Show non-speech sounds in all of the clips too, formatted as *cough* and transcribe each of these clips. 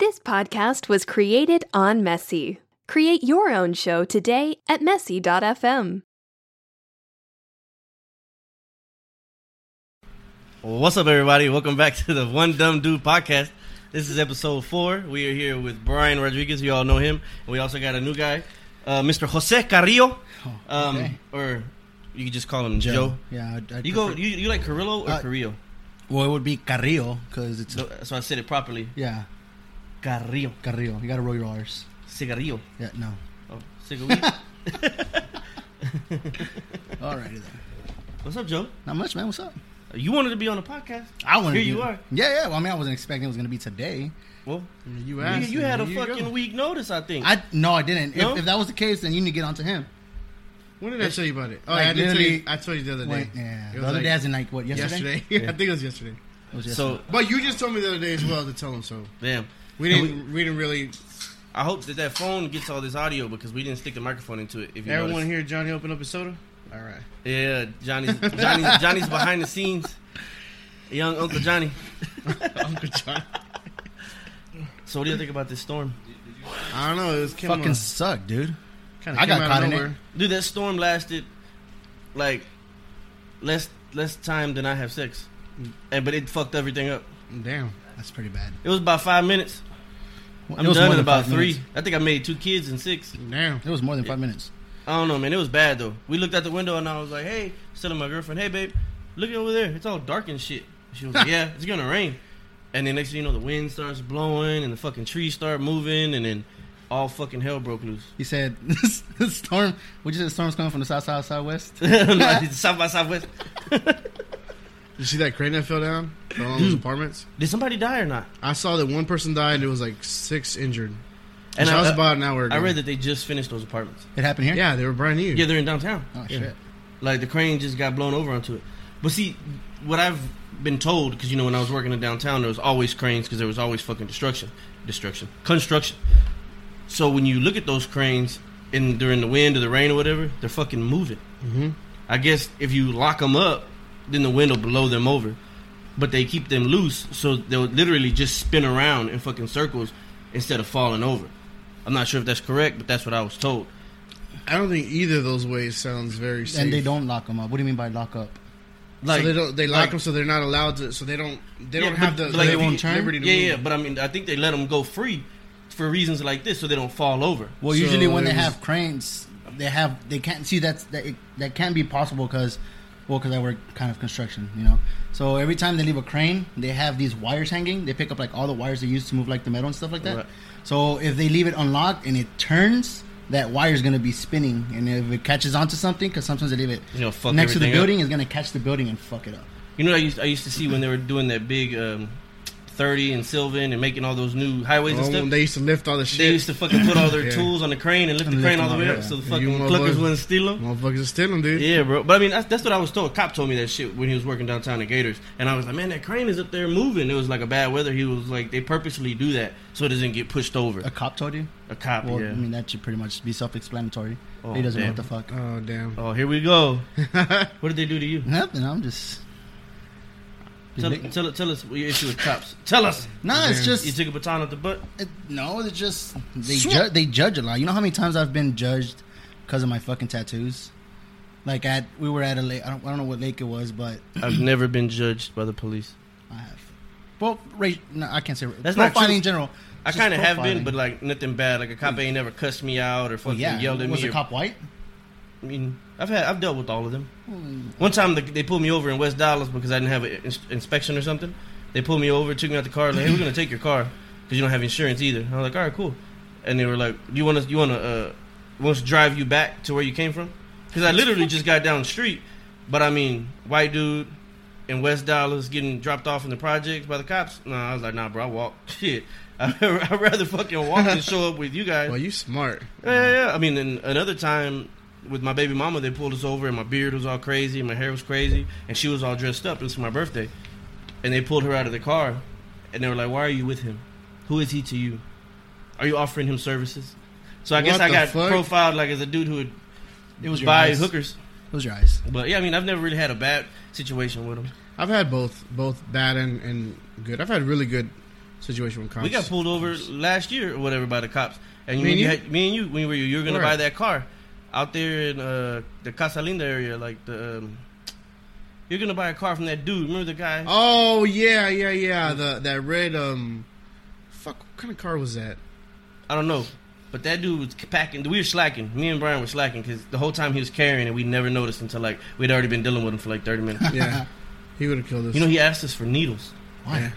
This podcast was created on Messy. Create your own show today at messy.fm. What's up, everybody? Welcome back to the One Dumb Dude podcast. This is episode four. We are here with Brian Rodriguez. You all know him. And we also got a new guy, uh, Mr. Jose Carrillo, um, Oh, okay. or you could just call him Joe. Yeah, I, I You go. You, you like Carrillo or Uh, Carrillo? well, it would be Carrillo because it's So, so I said it properly. yeah Carrillo, Carrillo. You gotta roll your R's. cigarrillo, Yeah, no. oh, cigarrillo. Alrighty then. What's up, Joe? Not much, man. What's up? You wanted to be on the podcast. I want Here you are. Yeah, yeah. Well, I mean, I wasn't expecting it was gonna be today. Well, You you, you had a fucking week notice, I think. I no, I didn't. No? If, if that was the case, then you need to get onto him. When did I tell you about it? Oh, Like, I, did tell literally- you, I told you the other day. Wait, yeah. It The was other like day, as in like what yesterday? yesterday. *laughs* I think it was yesterday. It was so But you just told me the other day as well to tell him. So damn. we And didn't. We, didn't really. I hope that that phone gets all this audio because we didn't stick the microphone into it. If you Everyone noticed. hear Johnny open up a soda. All right. Yeah, Johnny's Johnny's, Johnny's behind the scenes. Young Uncle *laughs* Johnny. Uncle John. So what do you think about this storm? I don't know. It was came fucking on- sucked, dude. kinda I got came out of caught in it. nowhere. Dude, that storm lasted like less less time than I have sex. And but it fucked everything up. Damn. That's pretty bad. It was about five minutes. Well, I'm it was done more in than about five three. minutes. I think I made two kids in six. Damn. It was more than five minutes. I don't know, man. It was bad though. We looked out the window and I was like, "Hey," I was telling my girlfriend, "Hey, babe, look over there. It's all dark and shit." She was like, "Yeah, it's gonna rain." And then next thing you know, the wind starts blowing and the fucking trees start moving, and then all fucking hell broke loose. *laughs* He said, *laughs* "The storm." Would you say the storm's coming from the south, south, *laughs* southwest? No, it's south by Southwest. You see that crane that fell down? Fell on those apartments. Did somebody die or not? I saw that one person died. and It was like six injured. And And I- uh, that was about an hour ago. I read that they just finished those apartments. It happened here. Yeah, they were brand new. Yeah, they're in downtown. Oh Yeah. shit. Like the crane just got blown over onto it. But see, what I've been told, because you know when I was working in downtown, there was always cranes because there was always fucking destruction, destruction, construction. So when you look at those cranes in during the wind or the rain or whatever, they're fucking moving. Mhm. I guess if you lock them up, then the wind will blow them over. But they keep them loose, so they'll literally just spin around in fucking circles instead of falling over. I'm not sure if that's correct, but that's what I was told. I don't think either of those ways sounds very safe. And they don't lock them up. What do you mean by lock up? Like so they don't. They lock like- them, so they're not allowed to. So they don't. They Yeah, don't but- have the. but like the if you- Liberty to yeah, move. yeah, but I mean, I think they let them go free for reasons like this, so they don't fall over. Well, So usually when they it was- have cranes, they have they can't see that's that it, that can't be possible because, well, because I work kind of construction, you know. So every time they leave a crane, they have these wires hanging. They pick up like all the wires they use to move like the metal and stuff like that. Right. So if they leave it unlocked and it turns, that wire is going to be spinning, and if it catches onto something, because sometimes they leave it You know, fuck next to the everything up. building, it's going to catch the building and fuck it up. You know, what I used I used to see when they were doing that big um, thirty and Sylvan and making all those new highways Oh, and stuff. They used to lift all the shit. They used to fucking put all their Yeah. tools on the crane and lift And the lift crane all the them way up, up, yeah. so the You fucking wanna cluckers go- wouldn't steal them. Motherfuckers are stealing, dude. Yeah, bro. But I mean, that's, that's what I was told. A cop told me that shit when he was working downtown at Gators, and I was like, man, that crane is up there moving. It was like a bad weather. He was like, they purposely do that so it doesn't get pushed over. A cop told you? A cop, Well, yeah. I mean that should pretty much be self-explanatory. Oh, he doesn't know damn. what the fuck. Oh damn. oh, here we *laughs* go. what did they do to you? Nothing. I'm just. Tell, tell, tell us what your issue with cops. Tell us. No, it's Man. just You took a baton out the butt. It, no, it's just they ju- they judge a lot. You know how many times I've been judged because of my fucking tattoos. Like at we were at a lake. I don't, I don't know what lake it was, but I've never been judged by the police. I have. Well, ra- no, I can't say That's that's not profiling true. in general. I Just kind of have been, profiling. but like nothing bad. Like a cop ain't never cussed me out or Well, fucking yeah, yelled at was me. the or- cop white? I mean, I've had, I've dealt with all of them. One time they, they pulled me over in West Dallas because I didn't have an ins- inspection or something. They pulled me over, took me out the car. Like, hey, we're gonna take your car because you don't have insurance either. And I was like, all right, cool. And they were like, do you want to, you want to, uh, want us to drive you back to where you came from? Because I literally just got down the street. But I mean, white dude in West Dallas getting dropped off in the projects by the cops. No, I was like, nah, bro, I walk. *laughs* Shit, I'd rather fucking walk than show up with you guys. Well, you smart. Yeah, yeah, yeah. I mean, and another time with my baby mama, they pulled us over, and my beard was all crazy, and my hair was crazy, and she was all dressed up. It was for my birthday, and they pulled her out of the car, and they were like, "Why are you with him? Who is he to you? Are you offering him services?" So I guess What I the got fuck? profiled like as a dude who would It was your buy eyes. hookers. It was your eyes. But yeah, I mean, I've never really had a bad situation with him. I've had both, both bad and, and good. I've had really good situation with cops. We got pulled over last year or whatever by the cops. And Me when and you, you? had, me and you, when you were you were gonna Where? buy that car out there in uh, the Casalinda area, like the um, you're gonna buy a car from that dude. Remember the guy? Oh yeah, yeah, yeah. The that red um, fuck. What kind of car was that? I don't know, but that dude was packing. We were slacking. Me and Brian were slacking because the whole time he was carrying, and we never noticed until like we'd already been dealing with him for like thirty *laughs* minutes. *laughs* Yeah, he would have killed us. you know, he asked us for needles. Why?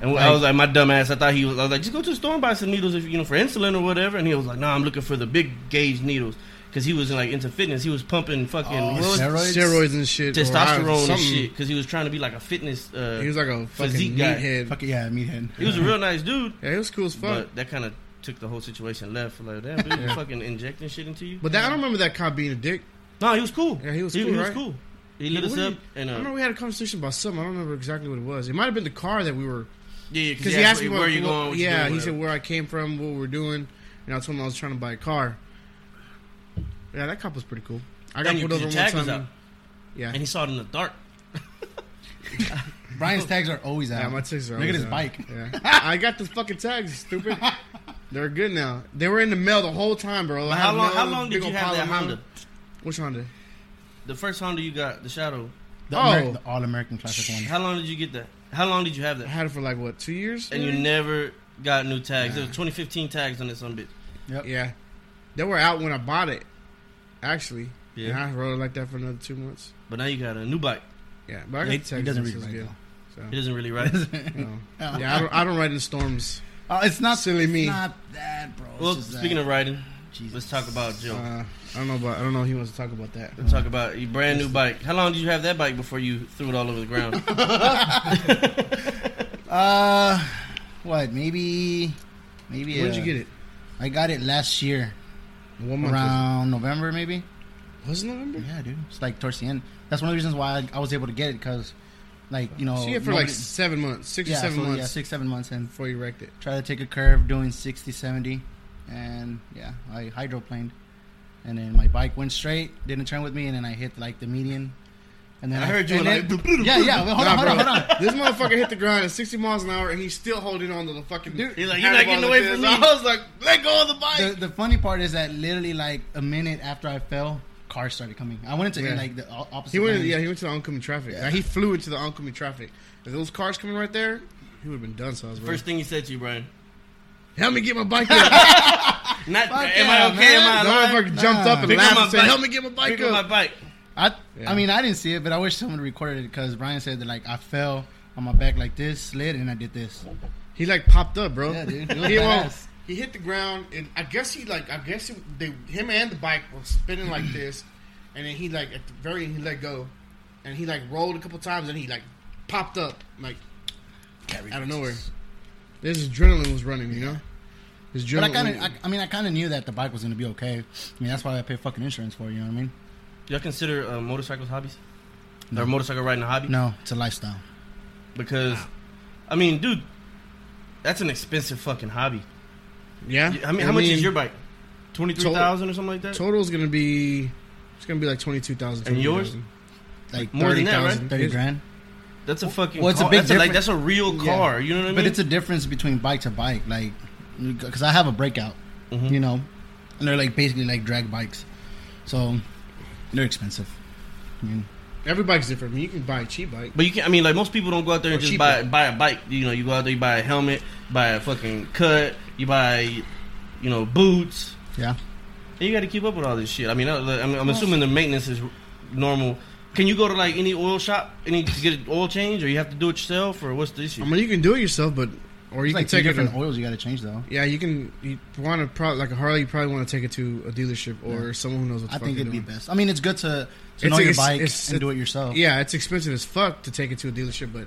And I was like, my dumb ass. I thought he was. I was like, just go to the store and buy some needles, if you know, for insulin or whatever. And he was like, no, I'm looking for the big gauge needles because he was like into fitness. He was pumping fucking Oh, what was it? steroids? steroids and shit, or testosterone something. and shit because he was trying to be like a fitness. Uh, He was like a fucking Physique guy. meathead. Fuck it, yeah, meathead. he was a real nice dude, Yeah, he was cool as *laughs* fuck. but that kind of took the whole situation left. Like, damn, dude, you fucking injecting shit into you. But that, I don't remember that cop being a dick. No, he was cool. Yeah, he was cool, He, was right? cool. He lit us What did up, he- and I uh, remember we had a conversation about something. I don't remember exactly what it was. It might have been the car that we were. yeah, Because because he asked me where what- you what- going. what you yeah, doing, he said whatever. where I came from, what we were doing, and I told him I was trying to buy a car. Yeah, that cop was pretty cool. I got And your- pulled over your one tag was time. out. Yeah, and he saw it in the dark. Brian's tags are always out. yeah, my tags are. Look at always his out. bike. Yeah, I got the fucking tags, stupid. *laughs* They're good now. They were in the mail the whole time, bro. I had How a long? mail, How long big did you old have pile that of mail. Honda? Which Honda? The first Honda you got, the Shadow. The, Oh. Ameri- the all American classic one. *laughs* How long did you get that? How long did you have I that? had it for like what two years? And you maybe? never got new tags. There was 2015 tags on this on bitch. Yep. Yeah. They were out when I bought it, actually. Yeah. Yeah. And I rode it like that for another two months. But now you got a new bike. Yeah, but I He- got the he Texas. He doesn't this read is right good. though. It doesn't really *laughs* ride. No. Oh. *laughs* Yeah, I don't, I don't ride in storms. Oh, it's not Silly it's me. Not that, bro. It's well, just speaking that. of riding, Jesus. let's talk about Joe. Uh, I don't know about. I don't know. if He wants to talk about that. let's talk about your brand new bike. How long did you have that bike before you threw it all over the *laughs* ground? Uh, what? Maybe, maybe. When did uh, you get it? I got it last year, One month. around November, maybe. Was it November? Yeah, dude. It's like towards the end. That's one of the reasons why I, I was able to get it because, like, you know, So you had it for like nobody- seven months, six yeah, or seven so, months yeah, six, seven months, and before you wrecked it. try to take a curve doing 60, 70, and yeah, I hydroplaned, and then my bike went straight, didn't turn with me, and then I hit like the median, and then I heard you and were then- *laughs* like, yeah, yeah. Well, hold on, Nah, hold on, bro. hold on. This motherfucker hit the ground at 60 miles an hour, and he's still holding on to the fucking. Dude, He's like, "You're not getting away from me." *laughs* I was like, "Let go of the bike." the, the funny part is that literally like a minute after I fell, cars started coming. I went into Yeah. like the o- opposite. He went. lane. Yeah, he went to the oncoming traffic. Like, he flew into the oncoming traffic. If those cars coming right there, he would have been done. So I was First thing he said to you, Brian. "Help me get my bike up." Not, Fuck am I yeah, okay? man. the Am I alive? motherfucker jumped up and Pick up laughed my and said, bike. "Help me get my bike Pick up my up." bike. I, Yeah. I mean, I didn't see it, but I wish someone recorded it because Brian said that like I fell on my back like this, slid, and I did this. He like popped up, bro. Yeah, dude. It was he, won't- badass. he hit the ground, and I guess he like I guess he, they him and the bike were spinning like this, and then he like at the very end he let go, and he like rolled a couple times, and he like popped up like out of nowhere. His adrenaline was running, you know. His adrenaline. But I kind of, I, I mean, I kind of knew that the bike was gonna be okay. I mean, that's why I pay fucking insurance for. it, You know what I mean? Y'all consider uh, motorcycles hobbies? Or motorcycle riding a hobby? No, it's a lifestyle. Because, I mean, dude, that's an expensive fucking hobby. yeah. I mean, how much is your bike? Twenty three thousand or something like that. Total's gonna be it's gonna be like twenty two thousand. And yours? Like More than that, 30,000. right? thirty grand. That's a fucking. Well, it's a car. big that's like difference. that's a real Yeah. car. You know what I mean? But it's a difference between bike to bike, like because I have a breakout, Mhm. Mm-hmm. you know, and they're like basically like drag bikes, so they're expensive. I mean, Every bike's different. I mean, you can buy a cheap bike. But you can. I mean, like most people don't go out there and Or just cheaper. buy buy a bike. You know, you go out there, you buy a helmet, buy a fucking cut, you buy, you know, boots. yeah. And you got to keep up with all this shit. I mean, I, I'm, I'm assuming the maintenance is normal. Can you go to like any oil shop, any to get an oil change, or you have to do it yourself, or what's the issue? I mean, you can do it yourself, but or you It's like can two take it. different To, oils you got to change though. yeah, you can. You want to probably like a Harley. You probably want to take it to a dealership or someone who knows what. The I fuck think they're it'd be doing. best. I mean, it's good to, to It's know like- your it's- bike it's- and do it yourself. Yeah, it's expensive as fuck to take it to a dealership, but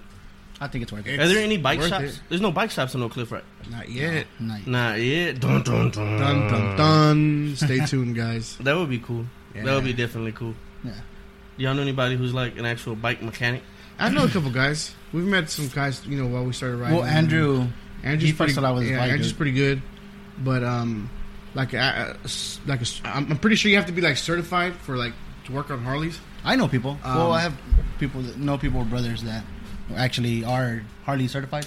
I think it's worth it. Are there any bike worth shops? it. There's no bike shops in Oak Cliff, right? not yet. Nice. Nah, yeah. Dun, dun, dun. Dun dun dun. Stay tuned, guys. That would be cool. That would be definitely cool. Yeah. Do y'all know anybody who's like an actual bike mechanic? I know a couple guys. We've met some guys. You know, while we started riding. Well, Andrew, Andrew's He fucks pretty, a lot with his yeah, bike, Andrew's dude. pretty good, but um, like I, I- s- like a s- I'm, I'm pretty sure you have to be like certified for like to work on Harleys. I know people. Um, well, I have people that know people brothers that actually are Harley certified,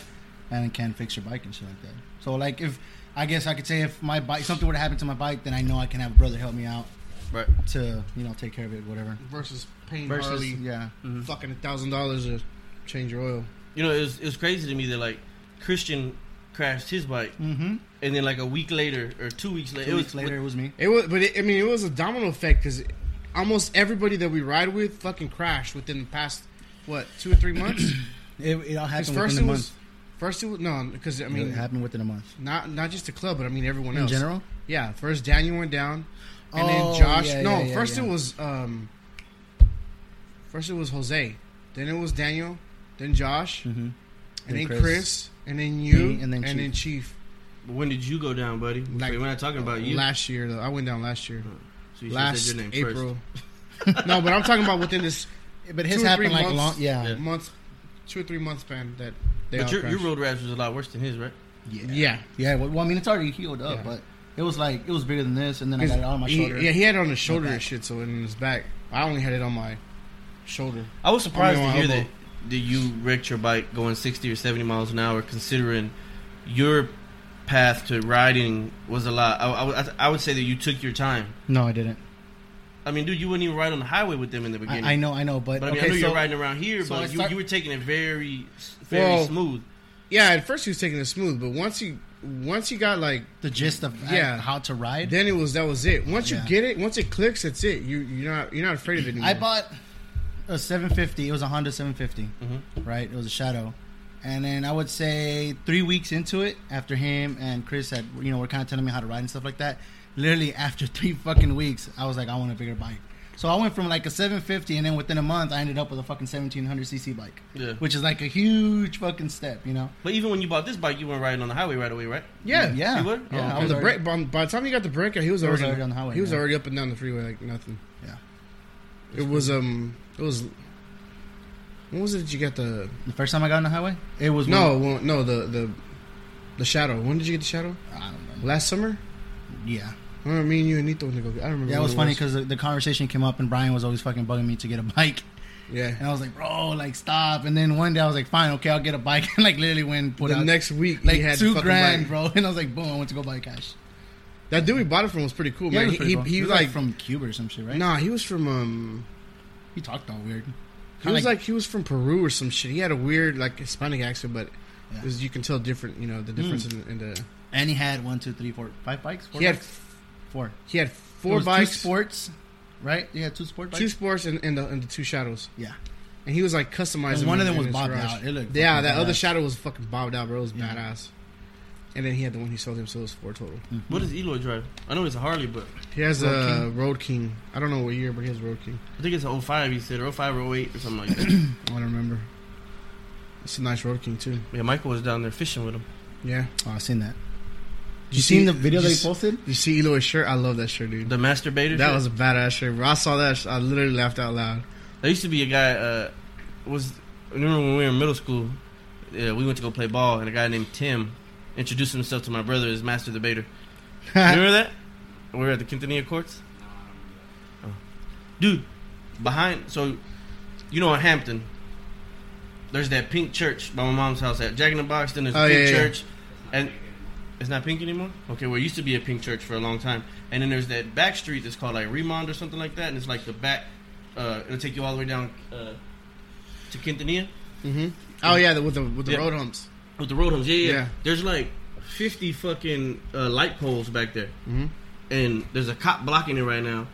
and can fix your bike and shit like that. So like if I guess I could say if my bike something would happen to my bike, then I know I can have a brother help me out Right. to you know take care of it, whatever. versus paying Versus mm-hmm. Harley yeah, fucking a thousand dollars to change your oil. You know, it was, it was crazy to me that like Christian crashed his bike, mm-hmm. and then like a week later or two weeks later, Two it weeks was later it was me. It was, but it, I mean, it was a domino effect because almost everybody that we ride with fucking crashed within the past what two or three months. It, it all *clears throat* 'Cause happened first within it a was, month. first it was no, because I I mean, it mean, happened within a month. not not just the club, but I mean everyone In else general, Yeah, first Daniel went down, and Oh, then Josh. yeah, no, yeah, yeah, first yeah. it was um, first it was Jose, then it was Daniel, then Josh, mm-hmm. and Then then Chris. Chris, and then you, Me, and then Chief. But when did you go down, buddy? Like- Wait, we're not talking about you. Last year, though, I went down last year. so you should've last said your name *laughs* April. no, but I'm talking about within this but Two his or happened three like months. long. Yeah, Yeah. month, two or three month span that they first. But your, all your crashed. road rash was a lot worse than his, right? yeah. Yeah, well, well, I mean, it's already healed up, Yeah. but it was like it was bigger than this, and then I His- got it on my he- shoulder. yeah, he had it on his shoulder back. and shit. So in his back, I only had it on my shoulder. I was surprised Only to on hear that, elbow. that you wrecked your bike going 60 or 70 miles an hour, considering your path to riding was a lot. I, I would- I, th- I would say that you took your time. No, I didn't. I mean, dude, you wouldn't even ride on the highway with them in the beginning. I, I know, I know, but, But I mean, okay, I know so you're riding around here, so I but you, start- you were taking it very, s- very Well, smooth. Yeah, at first he was taking it smooth, but once he once he got like the gist of like, Yeah. how to ride. then it was that was it. Once Yeah. you get it, once it clicks, that's it. You you're not you're not afraid of it anymore. I bought a 750. It was a Honda 750, Mhm. right? It was a Shadow, and then I would say three weeks into it, after him and Chris had, you know, were kind of telling me how to ride and stuff like that. Literally *laughs* after three fucking weeks, I was like, I want a bigger bike. So I went from like a 750, and then within a month, I ended up with a fucking 1700 cc bike, Yeah. which is like a huge fucking step, you know. But even when you bought this bike, you weren't riding on the highway right away, right? yeah Yeah. You would? Yeah, Oh, I On was the already- break, by, by the time he got the break, he was He was already, already on the highway, He was yeah. already up and down the freeway like nothing. Yeah. It was um it was when was it that you got the The first time I got on the highway, it was no well, no the the the shadow. When did you get the shadow? When, I don't know. Last summer. Yeah, I remember me and you and Nito went to go. get- I don't remember. yeah. It when was funny because the, the conversation came up, and Brian was always fucking bugging me to get a bike, and yeah. I was like, bro, like stop. And then one day I was like, fine, okay, I'll get a bike, *laughs* and like literally went put The out next week, like he had two fucking grand, bike. bro. *laughs* And I was like, boom, I went to go buy cash. That dude we bought it from was pretty cool, Yeah, it man. was He, pretty he, cool. he, He was like, from, from Cuba or some shit, right? nah, he was from um, he talked all weird. he was like, he was from Peru or some shit. He had a weird like Hispanic accent, but Yeah. it was, you can tell different, you know, the difference in, in the. and he had one, two, three, four, five bikes. Four He had bikes? four. he had It four was bikes, two sports, right? Yeah, two sport bikes. two sports, and, and, the, and the two shadows. Yeah, And he was like customizing. And one of in- them in was his bobbed garage. out. It looked yeah, fucking that other badass. shadow was fucking bobbed out, bro. It was Yeah. badass. And then he had the one he sold him, so it was four total. Mm-hmm. What does Eloy drive? I know it's a Harley, but He has Hmm. Road a Road King. I don't know what year, but he has Road King. I think it's an 05, he said, or 05 or 08 or something like that. *coughs* I don't remember. It's a nice Road King too. yeah, Michael was down there fishing with him. Yeah. oh, I seen that. Did You seen the video did they you s- posted? did You see Eloy's shirt? I love that shirt, dude. The masturbator. That shit. was a badass shirt, bro. I saw that. sh- I literally laughed out loud. There used to be a guy. Uh, was I remember when we were in middle school? Yeah, we went to go play ball, and a guy named Tim introduced himself to my brother as Master *laughs* Debater. remember that? We were at the Quintanilla Courts. Oh. Dude, behind so you know in Hampton, there's that pink church by my mom's house at Jack in the Box. Then there's a Oh, pink yeah, yeah. church, and it's not pink anymore. Okay, well it used to be a pink church for a long time, and then there's that back street that's called like Remond or something like that, and it's like the back. Uh, it'll take you all the way down uh, to Quintanilla Mm-hmm. Oh yeah, the, with the with the Yeah. road humps. with the road homes. Yeah, yeah. Yeah. There's like 50 fucking uh, light poles back there. Mhm. And there's a cop blocking it right now.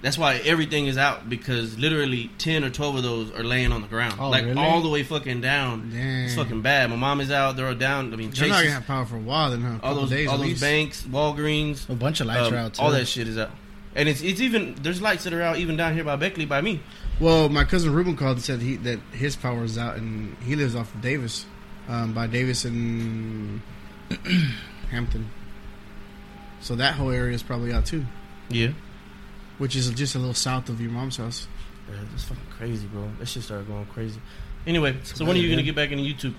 That's why everything is out because literally 10 or 12 of those are laying on the ground. Oh, like really? all the way fucking down. It's Damn. fucking bad. My mom is out. They're all down. I mean, They're not Chase, gonna have power for a while, then. Huh? all Couple those, days, all at those least. banks, Walgreens, A bunch of lights um, are out. Too. all that shit is out. And it's it's even there's lights that are out even down here by Beckley by me. Well, my cousin Ruben called and said he that his power is out, and he lives off of Davis, um, by Davis and *clears throat* Hampton. So that whole area is probably out too, Yeah, which is just a little south of your mom's house. yeah that's fucking crazy, bro. That shit started going crazy. Anyway, so when are bad, you gonna man. get back into YouTube?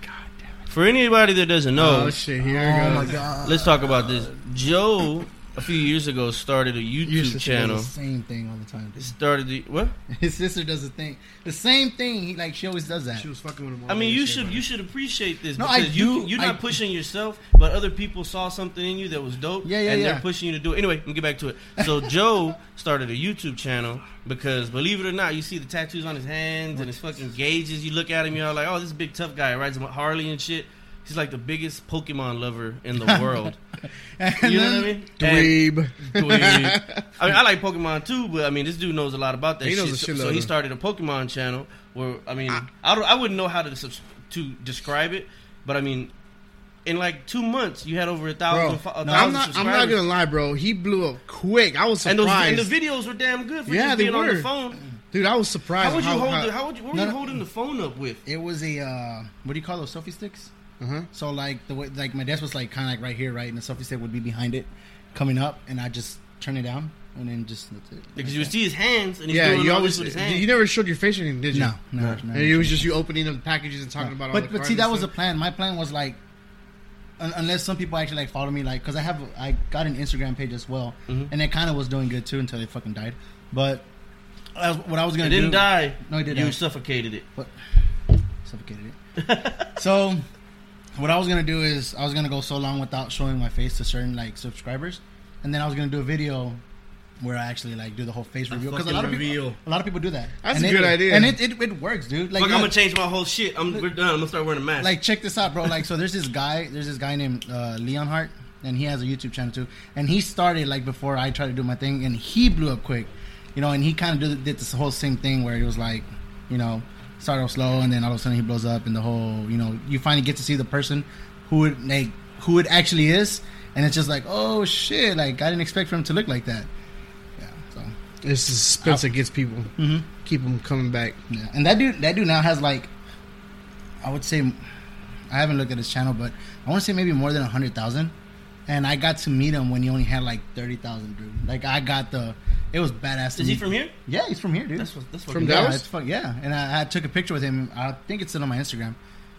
God damn it! For anybody that doesn't know, Oh shit! Here Oh it my goes. god! Let's talk about this. Joe a few years ago started a Your YouTube sister does channel. the same thing all the time. It started the what? His sister does the thing, the same thing. He like she always does that. She was fucking with him. all I mean, day you and shit, should bro. you should appreciate this. No, because I You, do- you're I- not pushing *laughs* yourself, but other people saw something in you that was dope. Yeah, yeah, And yeah. they're pushing you to do it. Anyway, let me get back to it. *laughs* So Joe started a YouTube channel because, believe it or not, you see the tattoos on his hands and his fucking gauges. You look at him, you're like, oh, this big tough guy rides a Harley and shit. He's like the biggest Pokemon lover in the *laughs* world. And You know what I then- mean? And- Dweeb. *laughs* Dweeb. I mean, I like Pokemon too, but I mean, this dude knows a lot about that He shit. knows a so, shitload so he of- started a Pokemon channel where I mean, I, don't, I wouldn't know how to subs- to describe it, but I mean, in like two months, you had over a thousand, Bro, fo- a thousand I'm not. I'm not subscribers. gonna lie, bro. He blew up quick. I was and those surprised, and the videos were damn good for Yeah, just they being on the were. phone. dude. I was surprised. How would you how, hold? how- the, how would you? What were No, you no. holding the phone up with? It was a uh, what do you call those selfie sticks? Uh-huh. So like the way like my desk was like kind of like right here, right, and the selfie stick would be behind it, coming up, and I just turn it down and then just that's it. Because you would see his hands, and he's Yeah, doing you all always. this with his hands. You never showed your face or anything, did you? No, no, no. And it was just you opening up the packages and talking about. all but the but cards see, that and was a stuff. plan. My plan was like, un- unless some people actually like follow me, like because I have I got an Instagram page as well, Mm-hmm. and it kind of was doing good too until they fucking died. But I was, what I was gonna it didn't do, die. No, he didn't. You suffocated it. But suffocated it. *laughs* so what I was gonna do is I was gonna go so long without showing my face to certain like subscribers, and then I was gonna do a video where I actually like do the whole face reveal because a fucking lot of people reveal. a lot of people do that. That's And a it- good idea. and it, it, it works, dude. Like Fuck, yeah, I'm gonna change my whole shit. I'm we're done. I'm gonna start wearing a mask. like check this out, bro. Like so, there's this guy, there's this guy named uh, Leon Hart, and he has a YouTube channel too. And he started like before I tried to do my thing, and he blew up quick, you know. And he kind of did, did this whole same thing where it was like, you know, start off slow, and then all of a sudden he blows up, and the whole, you know, you finally get to see the person who it like who it actually is, and it's just like, oh shit, like I didn't expect for him to look like that. Yeah. So It's the suspense that gets people. Mm-hmm. Keep them coming back. yeah, and that dude, that dude now has like, I would say, I haven't looked at his channel, but I want to say maybe more than hundred thousand. And I got to meet him when he only had like thirty thousand, dude. Like I got the, it was badass. to is he meet- from here? Yeah, he's from here, dude. That's what. That's what. mm. From yeah, Dallas? it's fuck- yeah. And I, I took a picture with him. I think it's still on my Instagram.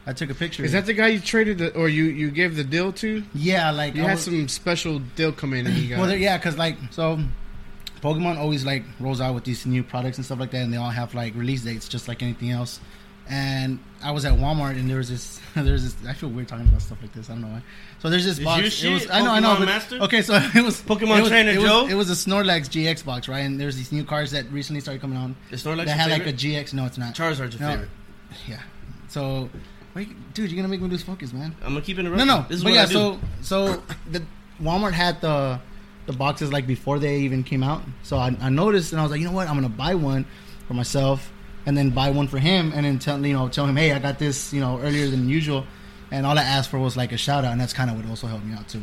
I took a picture. Is that the guy you traded the, or you you gave the deal to? Yeah, like You I had was- some special deal come in and you got. Well, there- yeah, because like so, Pokemon always like rolls out with these new products and stuff like that, and they all have like release dates, just like anything else. And I was at Walmart, and there was this, *laughs* there's this. I feel weird talking about stuff like this. I don't know why. So there's this Is box. your it was, shit I know, I know. Pokemon but- Master? okay, so *laughs* it was Pokemon it was, Trainer it was, Joe? It was a Snorlax GX box, right? And there's these new cards that recently started coming out. Is Snorlax that your had like favorite? a GX. No, it's not. Charizard's your No. favorite. Yeah. So, wait, dude, you're gonna make me lose focus, man. I'm gonna keep interrupting. No, no. This is but what yeah, I do. so so the Walmart had the the boxes like before they even came out. So I, I noticed and I was like, you know what? I'm gonna buy one for myself and then buy one for him and then tell you know tell him, hey, I got this you know earlier than usual. And all I asked for was like a shout out, and that's kind of what also helped me out too.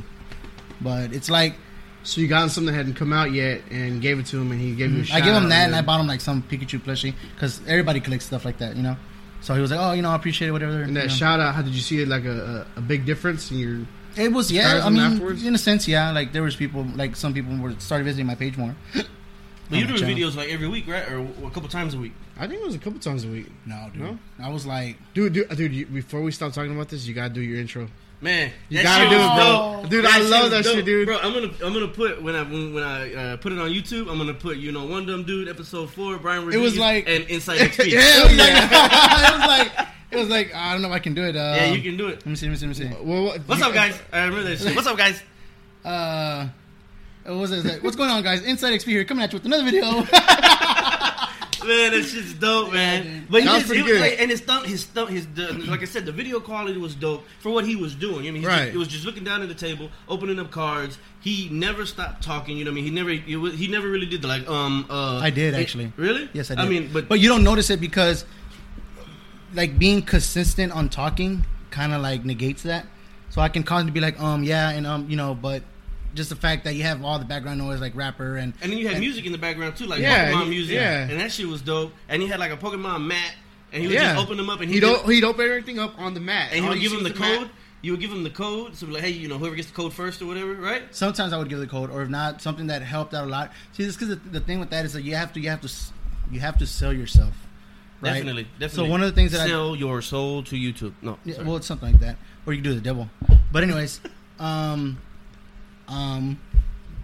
But it's like so you got him something that hadn't come out yet and gave it to him and he gave you. A Mm-hmm. I gave him that, and I bought. bought him like some Pikachu plushie because everybody collects stuff like that, you know. So he was like, oh, you know, I appreciate it, whatever. And that you know. shout out, how did you see it? Like a, a, a big difference in your. It was yeah. Stars I them mean, afterwards? in a sense, yeah. Like there was people, like some people were started visiting my page more. But you do channel. videos like every week, right? Or a couple times a week. I think it was a couple times a week. No, dude. No? I was like, Dude, dude, dude you, before we stop talking about this, you gotta do your intro. Man, You that gotta shit do was it, bro. dope. Dude, I shit love was that dope. shit, dude. Bro, I'm gonna I'm gonna put when I when, when I uh, put it on YouTube, I'm gonna put you know one dumb dude episode four, Brian. Rodriguez, was like- and Inside *laughs* XP. *laughs* it yeah, was like, it was like, it was like, I don't know if I can do it. Uh, you can do it. Let me see, let me see, let me see. Well, what, What's up, guys? I remember that shit. What's up, guys? Uh, what was it? What's going on, guys? Inside XP here, coming at you with another video. Man, that shit's dope, man. But he That was just, he pretty was good. like, and his thumb, his thumb, his the, like I said, the video quality was dope for what he was doing. I mean, he Right. just, it was just looking down at the table, opening up cards. He never stopped talking. You know what I mean? He never, it was, he never really did the like, um, uh. I did it- actually. Really? *laughs* Yes, I did. I mean, but but you don't notice it because, like, being consistent on talking kind of like negates that. So I can constantly be like, um, yeah, and um, you know, but just the fact that you have all the background noise like rapper and And then you had music in the background too, like Yeah, Pokemon he- music, yeah. and that shit was dope. And he had like a Pokemon mat, and he would Yeah. just open them up, and he'd, he o- did, he'd open everything up on the mat. and he All would you give see him the was mat. code. You would give him the code, so be like, hey, you know, whoever gets the code first or whatever, right? sometimes I would give the code, or if not, something that helped out a lot. See, this because the, the thing with that is that you have to, you have to, s- you have to sell yourself. Right? Definitely, definitely. So one of the things that I sell your soul to YouTube. No, yeah, sorry. well, it's *laughs* something like that, or you can do the devil. But anyways, um, um,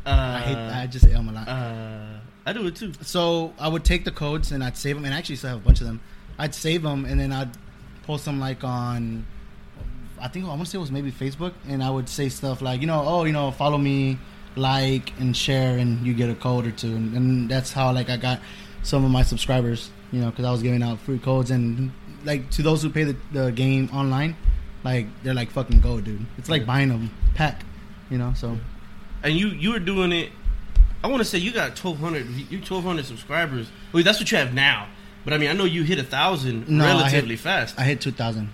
Uh, I hate. I just hate them a lot. uh, I do it too. So I would take the codes and I'd save them, and I actually still have a bunch of them. I'd save them and then I'd post them like on, I think I want to say it was maybe Facebook, and I would say stuff like, you know, oh, you know, follow me, like and share, and you get a code or two, and, and that's how like I got some of my subscribers, you know, because I was giving out free codes and like to those who pay the, the game online, like they're like fucking go, dude. It's like Yeah. buying a pack, you know. So And you you were doing it. I want to say you got twelve hundred. You twelve hundred subscribers. Well, that's what you have now. But I mean, I know you hit a thousand No, I hit- relatively fast. I hit two thousand.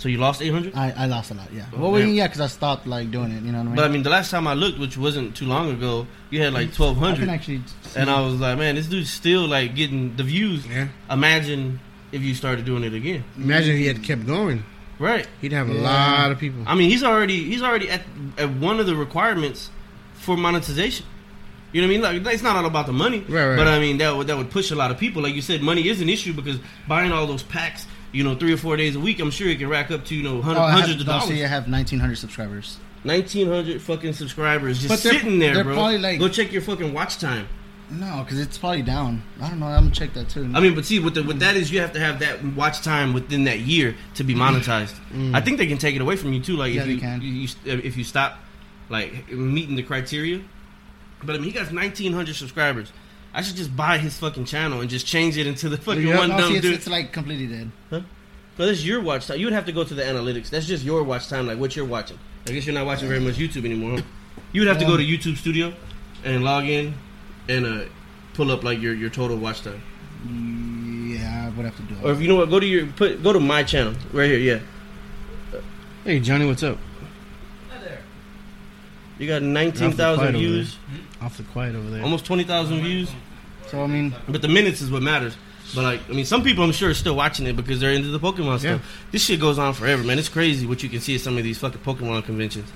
so you lost eight hundred. I, I lost a lot, yeah. Oh, well, well, damn. yeah, because I stopped like doing it. You know what I mean? But I mean, the last time I looked, which wasn't too long ago, you had like twelve I can hundred, actually. see- and I was like, man, this dude's still like getting the views. Yeah. Imagine if you started doing it again, Imagine if he had kept going. right? He'd have Yeah. a lot of people. I mean, he's already he's already at, at one of the requirements for monetization. You know what I mean? Like, it's not all about the money, Right, right. but I mean that would that would push a lot of people. Like you said, money is an issue because buying all those packs, you know, three or four days a week, I'm sure it can rack up to you know Oh, hundred, I have- hundreds of no, dollars, See, I have 1,900 subscribers. nineteen hundred fucking subscribers just But they're- sitting there, they're bro. probably like- Go check your fucking watch time. No, because it's probably down. I don't know. I'm gonna check that too. I mean, but see, with the, with that is you have to have that watch time within that year to be *clears throat* monetized. I think they can take it away from you too, like Mm. Yeah, if they you, can. you- you- if you stop like meeting the criteria. But I mean, he got 1,900 subscribers. I should just buy his fucking channel and just change it into the fucking Yeah, one no, dumb see, it's, dude. it's like completely dead. no, this is your watch time. You would have to go to the analytics. That's just your watch time, like what you're watching. I guess you're not watching very much YouTube anymore. Huh? You would have to Um, go to YouTube Studio and log in and uh, pull up like your, your total watch time. Yeah, I would have to do Or it. if you know what, go to your put go to my channel right here. Yeah, Hey Johnny, what's up? you got nineteen thousand views, Off the quiet over there. almost twenty thousand views. So I mean, But the minutes is what matters. But like, I mean, some people I'm sure are still watching it because they're into the Pokemon Yeah. stuff. This shit goes on forever, man. It's crazy what you can see at some of these fucking Pokemon conventions.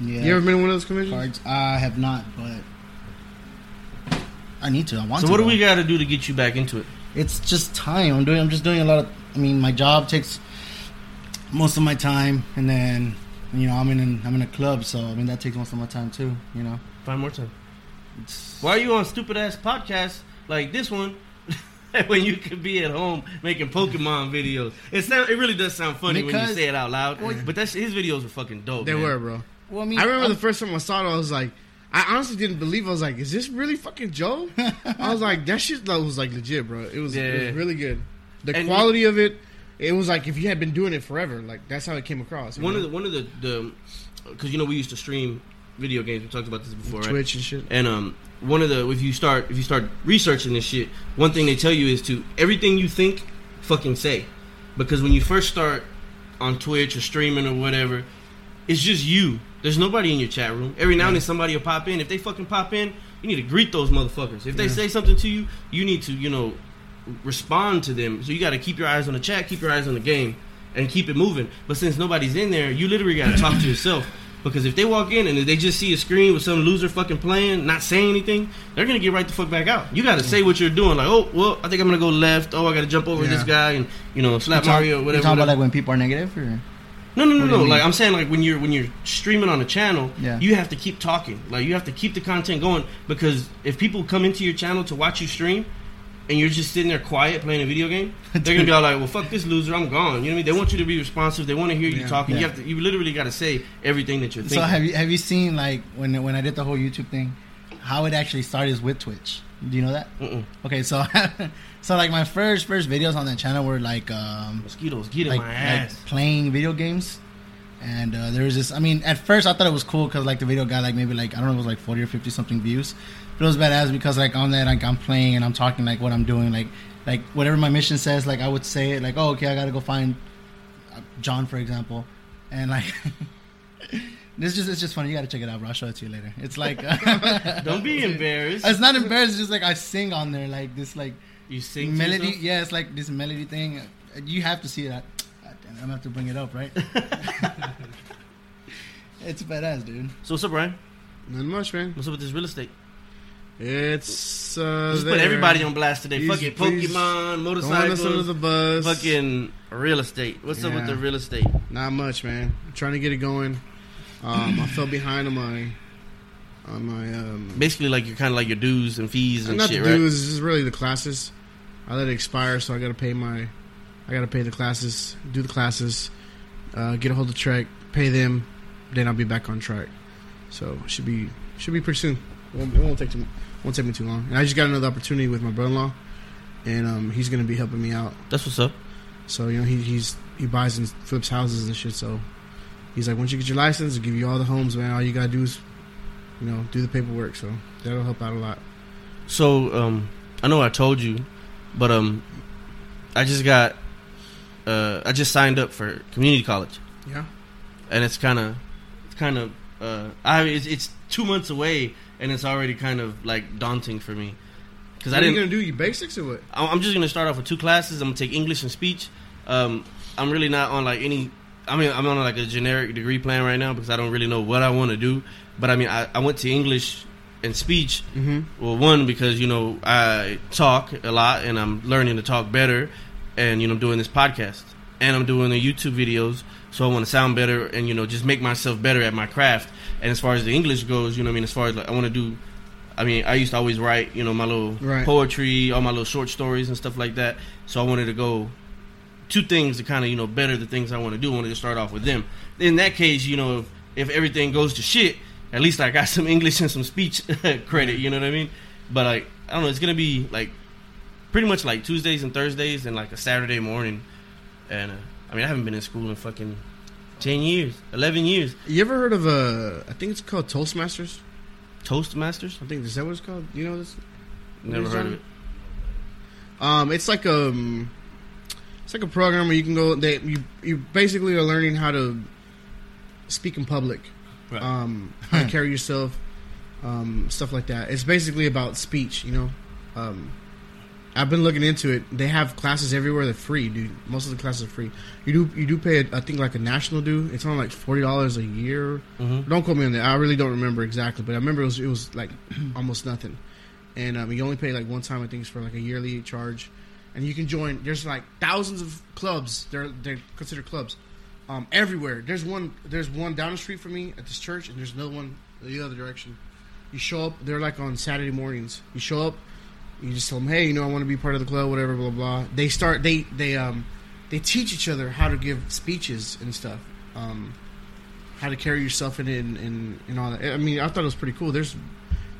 yeah. You ever been to one of those conventions? cards? I have not, but I need to. I want So to. what do though. we got to do to get you back into it? It's just time. I'm doing. I'm just doing a lot of. I mean, my job takes most of my time, and then you know, I'm in. An, I'm in a club, so I mean, that takes most of my time too. You know. Five more time. Why are you on stupid ass podcasts like this one? *laughs* when you could be at home making Pokemon videos, it sound it really does sound funny when you Because- say it out loud. but that's his videos are fucking dope. They man. were, bro. Well, mean, I remember the first time I saw it, I was like, I honestly didn't believe. I was like, is this really fucking Joe? *laughs* I was like, that shit like, was like legit, bro. It was, it Yeah. was really good. The And- quality of it, it was like if you had been doing it forever, like that's how it came across. you One of know? the one of the the because you know we used to stream video games. We talked about this before, right? Twitch and shit. And um, one of the if you start if you start researching this shit, one thing they tell you is to everything you think, fucking say, because when you first start on Twitch or streaming or whatever, it's just you. There's nobody in your chat room. Every now and then somebody will pop in. If they fucking pop in, you need to greet those motherfuckers. If they say something to you, you need to you know respond to them. So you got to keep your eyes on the chat, keep your eyes on the game, and keep it moving. But since nobody's in there, you literally got to talk to yourself. Because if they walk in and if they just see a screen with some loser fucking playing, not saying anything, they're gonna get right the fuck back out. You got to say what you're doing. Like, oh, well, I think I'm gonna go left. Oh, I got to jump over Yeah. this guy and you know slap Mario or You whatever. talking about whatever. like when people are negative, or No, no, no, do you no. mean? Like I'm saying, like when you're when you're streaming on a channel, Yeah. you have to keep talking. Like you have to keep the content going because if people come into your channel to watch you stream, and you're just sitting there quiet playing a video *laughs* game, they're gonna be all like, "Well, fuck this loser, I'm gone." You know what I mean? They want you to be responsive. They want to hear you Yeah. talking. You Yeah. have to. You literally got to say everything that you're thinking. So have you have you seen like when when I did the whole YouTube thing, how it actually started is with Twitch? Do you know that? Mm-mm. Okay, so *laughs* so like my first first videos on that channel were like um Mosquitoes get in like, my like ass. playing video games, and uh, there was this. I mean, at first I thought it was cool because like the video got like maybe like I don't know it was like forty or fifty something views, but it was badass because like on that like I'm playing and I'm talking like what I'm doing like like whatever my mission says like I would say it like oh okay I gotta go find uh, John for example, and like. *laughs* This just it's just funny. You gotta check it out, bro. I'll show it to you later. It's like *laughs* Don't be embarrassed. it's not embarrassing. It's just like I sing on there, like this like You sing to melody. yourself? Yeah, it's like this melody thing. Uh, You have to see that. God damn it, I'm gonna have to bring it up, *laughs* right? it's badass, dude. So what's up, Ryan? Nothing much, man. What's up with this real estate? It's uh, Just there. put everybody on blast today. Please- Fuck it, please Don't Pokemon, let us under motorcycles, the bus. fucking real estate. What's up with Yeah. the real estate? Not much, man. I'm trying to get it going. Um, I fell behind on my on my um. Basically, like you're kind of like your dues and fees and Not shit, the right? dues. This is really the classes. I let it expire, so I gotta pay my. I gotta pay the classes, do the classes, uh, get a hold of track, pay them, then I'll be back on track. So should be should be pretty soon. It won't, it won't take too, won't take me too long. And I just got another opportunity with my brother-in-law, and um, he's gonna be helping me out. That's what's up. So you know he, he's he buys and flips houses and shit. So he's like, once you get your license, I'll give you all the homes, man. All you gotta do is, you know, do the paperwork. So that'll help out a lot. So, um, I know I told you, but um, I just got, uh, I just signed up for community college, Yeah. and it's kind of, it's kind of, uh, I it's, it's two months away, and it's already kind of like daunting for me, because I What are you didn't. gonna do? You basics or what? I'm I'm just gonna start off with two classes. I'm gonna take English and speech. Um, I'm really not on like any. I mean, I'm on like a generic degree plan right now because I don't really know what I want to do. But I mean, I, I went to English and speech. Well, one because you know I talk a lot and I'm learning to talk better, and you know I'm doing this podcast and I'm doing the YouTube videos. So I want to sound better and you know just make myself better at my craft. And as far as the English goes, you know what I mean. As far as like I want to do, I mean I used to always write you know my little Right. poetry, all my little short stories and stuff like that. So I wanted to go two things to kind of you know better the things I want to do. I wanted to start off with them. In that case, you know, if, if everything goes to shit, at least I got *laughs* some English and some speech *laughs* credit. You know what I mean? But like, I don't know. It's gonna be like pretty much like Tuesdays and Thursdays and like a Saturday morning. And uh, I mean, I haven't been in school in fucking ten years, eleven years. You ever heard of uh, I think it's called Toastmasters. Toastmasters? I think is that what it's called? You know this? Never heard of it. Um, it's like um, it's like a program where you can go. They you you basically are learning how to speak in public, Right. um, how to carry yourself, um, stuff like that. It's basically about speech. You know, um, I've been looking into it. They have classes everywhere. They're free, dude. Most of the classes are free. You do you do pay, a, I think, like a national due. It's on like forty dollars a year. Don't quote me on that. I really don't remember exactly, but I remember it was it was like *clears throat* almost nothing. And um, you only pay like one time, I think, it's for like a yearly charge. And you can join. There's like thousands of clubs. They're they're considered clubs um, everywhere. There's one. There's one down the street from me at this church, and there's another one the other direction. You show up. They're like on Saturday mornings. You show up. You just tell them, hey, you know, I want to be part of the club, whatever, blah blah. They start. They they um they teach each other how to give speeches and stuff. Um, how to carry yourself in it and, and, and all that. I mean, I thought it was pretty cool. There's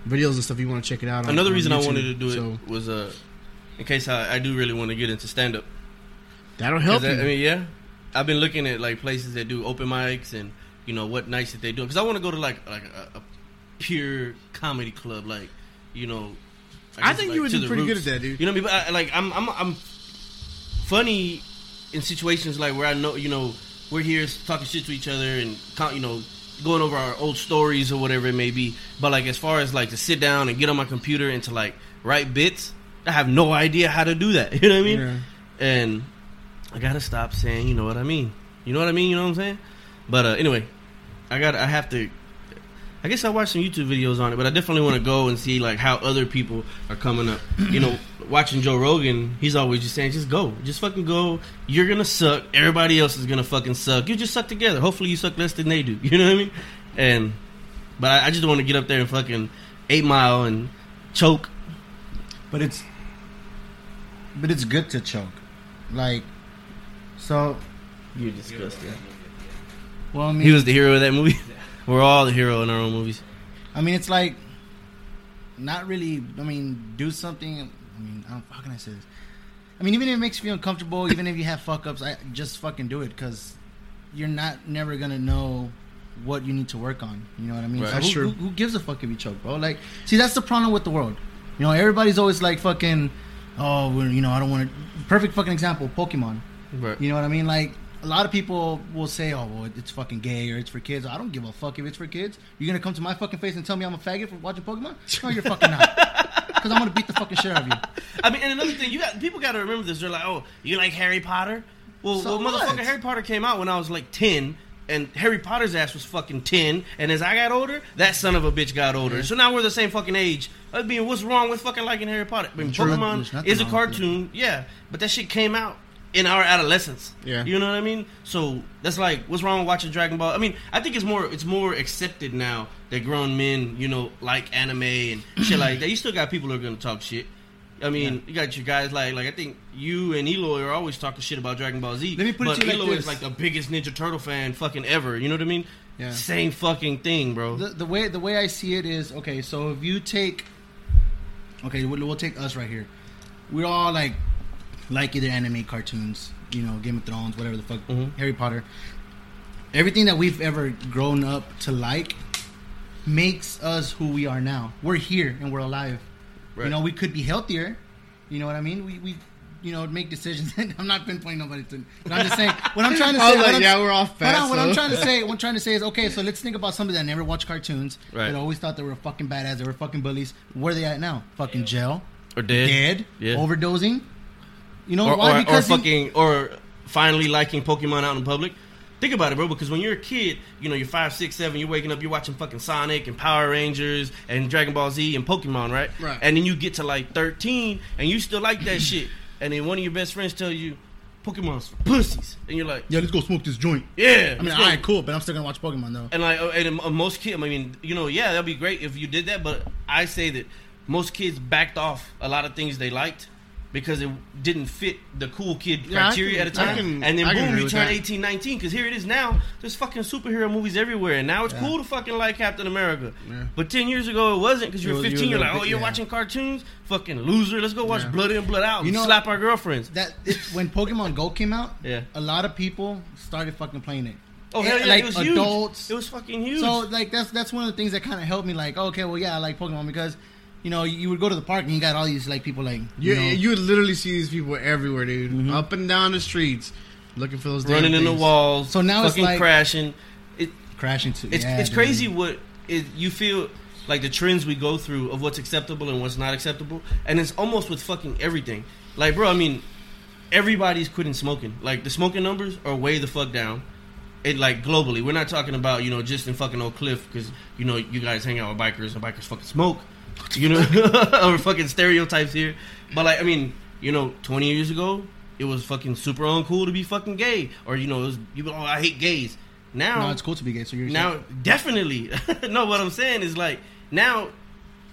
videos and stuff you want to check it out. on- Another on reason I YouTube. wanted to do it So, was uh, in case I, I do really want to get into stand up. that'll help 'Cause I, you. I mean, yeah, I've been looking at like places that do open mics and you know what nights that they do because I want to go to like like a, a pure comedy club, like you know. I guess, think like, you would to do the pretty good roots. at that, dude. You know what I mean? But I, like I'm I'm I'm funny in situations like where I know you know we're here talking shit to each other and co- you know going over our old stories or whatever it may be. But like as far as like to sit down and get on my computer and to like write bits, I have no idea how to do that. *laughs* You know what I mean? Yeah. And I gotta stop saying you know what I mean. You know what I mean? You know what I'm saying? But uh, anyway, I got I have to. I guess I watched some YouTube videos on it, but I definitely want to go and see like how other people are coming up. You know, watching Joe Rogan, he's always just saying, "Just go, just fucking go. You're gonna suck. Everybody else is gonna fucking suck. You just suck together. Hopefully, you suck less than they do. *laughs* You know what I mean?" And but I, I just want to get up there and fucking eight mile and choke. But it's but it's good to choke. Like so You're disgusting. well I mean He was the hero of that *laughs* movie. We're all the hero in our own movies. I mean it's like not really I mean do something I mean I don't, how can I say this? I mean even if it makes you feel uncomfortable, even if you have fuck ups, I just fucking do it cuz you're not never going to know what you need to work on. You know what I mean? Right. So That's who, true. Who, who gives a fuck if you choke, bro? Like see that's the problem with the world. You know, everybody's always like fucking oh, well, you know, I don't want to perfect fucking example, Pokemon. Right. You know what I mean? Like a lot of people will say, "Oh, well, it's fucking gay or it's for kids." I don't give a fuck if it's for kids. You're gonna come to my fucking face and tell me I'm a faggot for watching Pokemon? No, you're fucking not. Because I'm gonna beat the fucking shit out of you. I mean, and another thing, you got people got to remember this. They're like, "Oh, you like Harry Potter?" Well, So well, what? motherfucker, Harry Potter came out when I was like ten, and Harry Potter's ass was fucking ten. And as I got older, that son of a bitch got older. So now we're the same fucking age. I mean, what's wrong with fucking liking Harry Potter? I mean, True. There's Pokemon nothing is a wrong with it. cartoon, yeah, but that shit came out in our adolescence. Yeah. You know what I mean? So that's like, what's wrong with watching Dragon Ball? I mean, I think it's more it's more accepted now that grown men, you know, like anime *clears throat* and shit like that. You still got people who are gonna talk shit. I mean, you got your guys like like I think you and Eloy are always talking shit about Dragon Ball Z. Let me put it but to you like Eloy is this. like the biggest Ninja Turtle fan fucking ever. You know what I mean? Yeah. Same fucking thing, bro. the, the way the way I see it is okay. So if you take, okay, we'll, we'll take us right here. We're all like, like either anime, cartoons, you know, Game of Thrones, whatever the fuck, Mm-hmm. Mhm. Harry Potter. Everything that we've ever grown up to like makes us who we are now. We're here and we're alive. Right. You know, we could be healthier. You know what I mean? We we. You know, make decisions. *laughs* And I'm not pinpointing nobody. To, but I'm just saying what I'm trying to *laughs* I say. was what like, I'm- yeah, we're all fat. Hold on, what I'm so- trying to say, what I'm trying to say is, okay, so let's think about somebody that never watched cartoons, Right. that always thought they were fucking badass, they were fucking bullies. Where are they at now? Fucking jail, or dead. dead, Oh Yeah. overdosing. You know or, why? or, or you- fucking or finally liking Pokemon out in public. Think about it, bro. Because when you're a kid, you know you're five, six, seven. You're waking up, you're watching fucking Sonic and Power Rangers and Dragon Ball Z and Pokemon, right? Right. And then you get to like 13, and you still like *clears throat* that shit. And then one of your best friends tell you, "Pokemon's for pussies," and you're like, yeah, let's go smoke this joint. "Yeah." I mean, all right, cool, but I'm still gonna watch Pokemon though. And like, uh, and uh, most kids, I mean, you know, yeah, that'd be great if you did that. But I say that most kids backed off a lot of things they liked because it didn't fit the cool kid Yeah, I criteria can- at the I time. can- and then I can boom, agree you with turn that. eighteen, nineteen. 18, 19. Because here it is now. There's fucking superhero movies everywhere. And now it's cool to fucking like Captain America. Yeah. But 10 years ago, it wasn't because you You were were- you 15. were You're a like, little oh, bit- you're yeah. watching cartoons? Fucking loser. Let's go watch Yeah. Blood In, Blood Out. You and know- slap our girlfriends. That it, when Pokemon Go came out, Yeah. a lot of people started fucking playing it. oh, hell yeah. like it was huge. adults. It was fucking huge. So like that's that's one of the things that kind of helped me. Like, okay, well, yeah, I like Pokemon because. You know, you would go to the park and you got all these like people like you You, know, you would literally see these people everywhere, dude. Up and down the streets, looking for those damn Mm-hmm. running in the things. walls. So now it's fucking like- crashing. It, crashing to. it's yeah, it's dude. crazy what it, you feel like the trends we go through of what's acceptable and what's not acceptable, and it's almost with fucking everything. Like, bro, I mean, everybody's quitting smoking. Like the smoking numbers are way the fuck down. It like globally. We're not talking about you know just in fucking Oak Cliff because you know you guys hang out with bikers and bikers fucking smoke. You know, *laughs* or fucking stereotypes here. But like, I mean, you know, 20 years ago, it was fucking super uncool to be fucking gay, or you know, it was, you oh I hate gays. Now No, it's cool to be gay. So you're now definitely *laughs* no what i'm saying is like now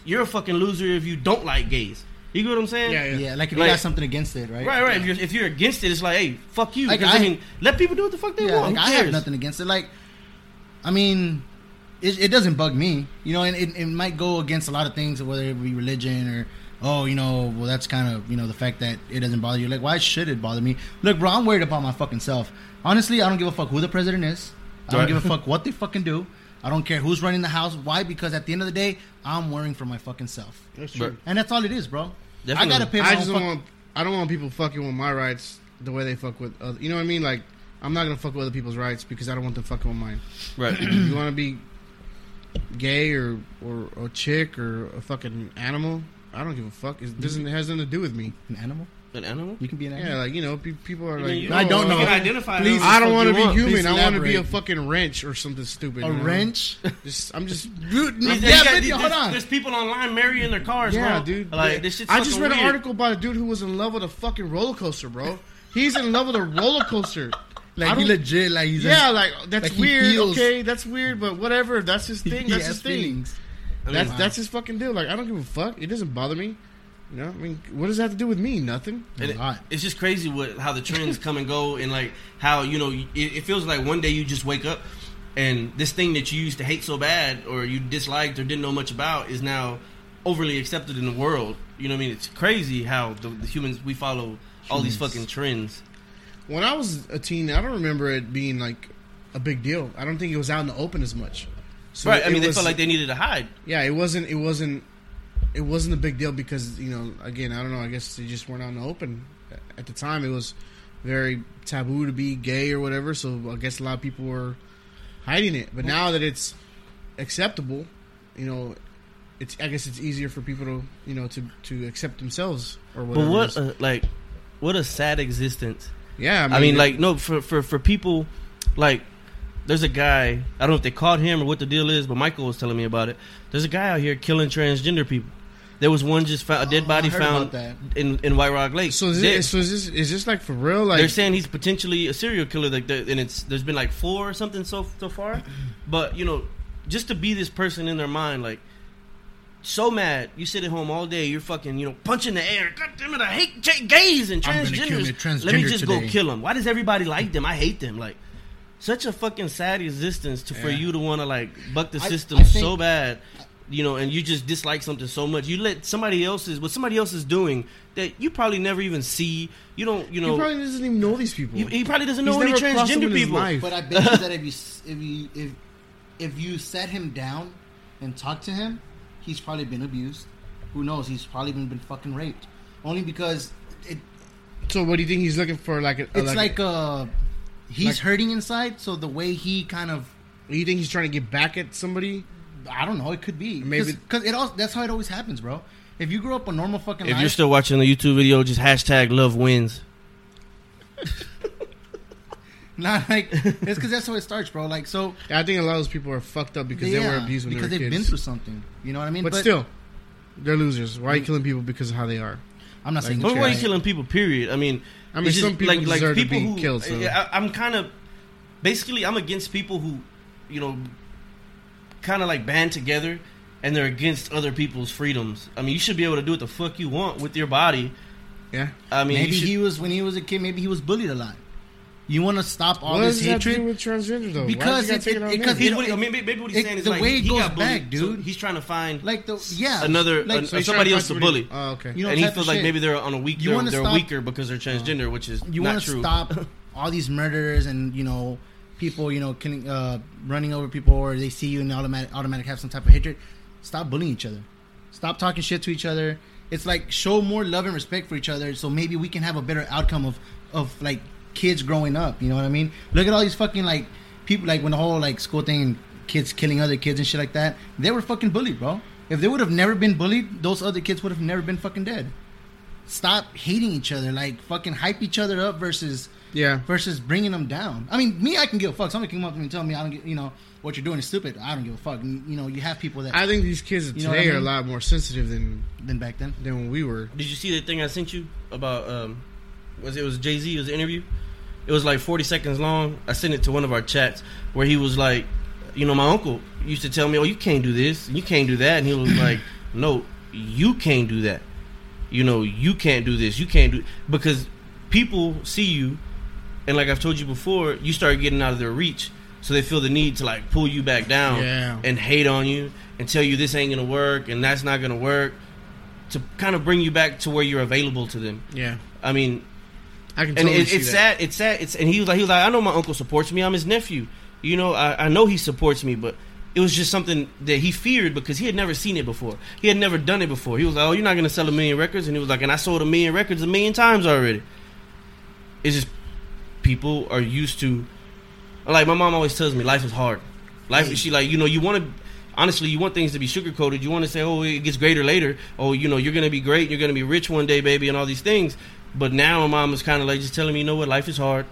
you're a fucking loser if you don't like gays you get what i'm saying Yeah, yeah. Yeah, like if Like- you got something against it, right? right right if, you're, if you're against it it's like hey fuck you Like, because I, I- mean let people do what the fuck they Yeah, want like, I Who have cares? nothing against it. Like, I mean, it, it doesn't bug me, you know, and it, it might go against a lot of things, whether it be religion or oh, you know, well that's kind of you know the fact that it doesn't bother you. Like, why should it bother me? Look, bro, I'm worried about my fucking self. Honestly, I don't give a fuck who the president is. I don't Right. give a fuck what they fucking do. I don't care who's running the house. Why? Because at the end of the day, I'm worrying for my fucking self, That's But- true. and that's all it is, bro. Definitely. I gotta pay my I own just fuck- don't want. I don't want people fucking with my rights the way they fuck with other. You know what I mean? Like, I'm not gonna fuck with other people's rights because I don't want them fucking with mine. *clears throat* right you want to be gay or, or or a chick or a fucking animal? I don't give a fuck. It doesn't it has nothing to do with me. an animal. an animal You can be an animal. Yeah, like you know, pe- people are I like, mean, you- I don't you know. can identify Please- however the I don't fuck want to you be human. Please I want to be a elaborate. fucking wrench or something stupid. a you know? *laughs* wrench. Just, I'm just. Dude, These- yeah, these guys- but these- hold on. There's people online marrying their cars, Yeah, bro. dude. Like Yeah. this shit's I just fucking read an weird. article about a dude who was in love with a fucking roller coaster, bro. He's in love with a roller coaster. I Like he don't- legit, like he's *laughs* Yeah, like that's like, he weird. feels- okay, that's weird, but whatever. That's his he thing. That's has his thing. feelings. That's that's his fucking deal. Like I don't give a fuck. It doesn't bother me. You know, I mean, what does that have to do with me? Nothing. And A it- lot. it's just crazy what how the trends come and go, and like how you know it, it feels like one day you just wake up, and this thing that you used to hate so bad or you disliked or didn't know much about is now overly accepted in the world. You know what I mean? It's crazy how the, the humans we follow all these fucking trends. When I was a teen, I don't remember it being like a big deal. I don't think it was out in the open as much. So right? I it mean, they was- felt like they needed to hide. yeah, it wasn't it wasn't it wasn't a big deal because you know again I don't know I guess they just weren't out in the open at the time. It was very taboo to be gay or whatever, so I guess a lot of people were hiding it. But now that it's acceptable, you know, it's I guess it's easier for people to you know to to accept themselves or whatever. But it what is. a, like what a sad existence yeah, uh, I mean, like, no, for, for, for people, like, there's a guy, I don't know if they caught him or what the deal is, but Michael was telling me about it. There's a guy out here killing transgender people. There was one just found, a dead Oh, body I heard found about in in White Rock Lake. So is, Dead. it, so is this is this like for real? Like They're saying he's potentially a serial killer. Like, there- and it's there's been like four or something so so *clears throat* far, but you know, just to be this person in their mind, like, so mad. You sit at home all day. You're fucking, you know, punching the air. God damn it! I hate j- gays and I'm gonna kill transgenders. the transgender Let me just today." go kill them. Why does everybody like them? I hate them. Like, such a fucking sad existence to for Yeah. you to want to like buck the I- system I think- so bad. You know, and you just dislike something so much. You let somebody else's what somebody else is doing that you probably never even see. You don't, you know. he probably doesn't even know these people. He, he probably doesn't He's know any never crossed them transgender in his people. life. But I bet you *laughs* that if you s- if you if if you set him down and talk to him, he's probably been abused. Who knows? He's probably been been fucking raped. Only because it, so what do you think he's looking for? Like a, it's like, like, uh he's like- hurting inside. So the way he kind of you think he's trying to get back at somebody? I don't know. It could be Maybe- because it all that's how it always happens, bro. If you grew up a normal fucking If life, you're still watching the YouTube video, just hashtag love wins. not like it's because that's how it starts, bro. Like so, I think a lot of those people are fucked up because they were yeah, abused when because they were have kids. been through something. You know what I mean? but, still, they're losers. Why are you killing people because of how they are? I'm not saying But it's why are you right. killing people? Period. I mean, I mean, it's some people deserve to be killed, so- I, I'm kind of basically I'm against people who, you know, kind of like band together and they're against other people's freedoms. I mean, you should be able to do what the fuck you want with your body. Yeah. I mean, maybe you should, he was when he was a kid. Maybe he was bullied a lot. You want to stop all What this does that do hatred? with transgender though? Why Because does that it- take it- on it them? *laughs* could- He's what he- I mean, maybe what he's it- saying is the like way it he goes got bullied, back, so dude. he's trying to find Like the yeah, another like, an- So he's somebody trying else to to find bully. Oh, okay. You know, and he type of feels like shit. maybe they're on a weak. You They're, wanna they're stop- Oh. weaker because they're transgender, which is you not want to true. *laughs* stop all these murders and you know people you know killing, uh, running over people or they see you and automatic automatic have some type of hatred. Stop bullying each other. Stop talking shit to each other. It's like show more love and respect for each other, so maybe we can have a better outcome of of like kids growing up. You know what I mean? Look at all these fucking like people like when the whole like school thing, kids killing other kids and shit like that. They were fucking bullied, bro. If they would have never been bullied, those other kids would have never been fucking dead. Stop hating each other. Like fucking hype each other up versus yeah. versus bringing them down. I mean, me, I can give a fuck. Somebody come up to me and tell me I don't, get, you know, what you're doing is stupid. I don't give a fuck. You know, you have people that I think these kids of You today know what I are a mean? lot more sensitive than than back then. than when we were. Did you see the thing I sent you about? Um, was it was Jay Z? Was the interview? It was like forty seconds long. I sent it to one of our chats where he was like, you know, my uncle used to tell me, "Oh, you can't do this, you can't do that," and he was like, "No, you can't do that. You know, you can't do this, you can't do because people see you, and like I've told you before, you start getting out of their reach." So they feel the need to like pull you back down Yeah. and hate on you and tell you this ain't gonna work and that's not gonna work to kind of bring you back to where you're available to them. Yeah. I mean, I can and totally it, see it's that. sad. It's sad. It's and he was like, he was like, I know my uncle supports me. I'm his nephew. You know, I, I know he supports me, but it was just something that he feared because he had never seen it before. He had never done it before. He was like, oh, you're not gonna sell a million records, and he was like, and I sold a million records a million times already. It's just people are used to. Like my mom always tells me, life is hard. Life, she like you know you want to. Honestly, you want things to be sugar coated. You want to say, "Oh, it gets greater later." Oh, you know, you're gonna be great. You're gonna be rich one day, baby, and all these things. But now, my mom is kind of like just telling me, "You know what? Life is hard,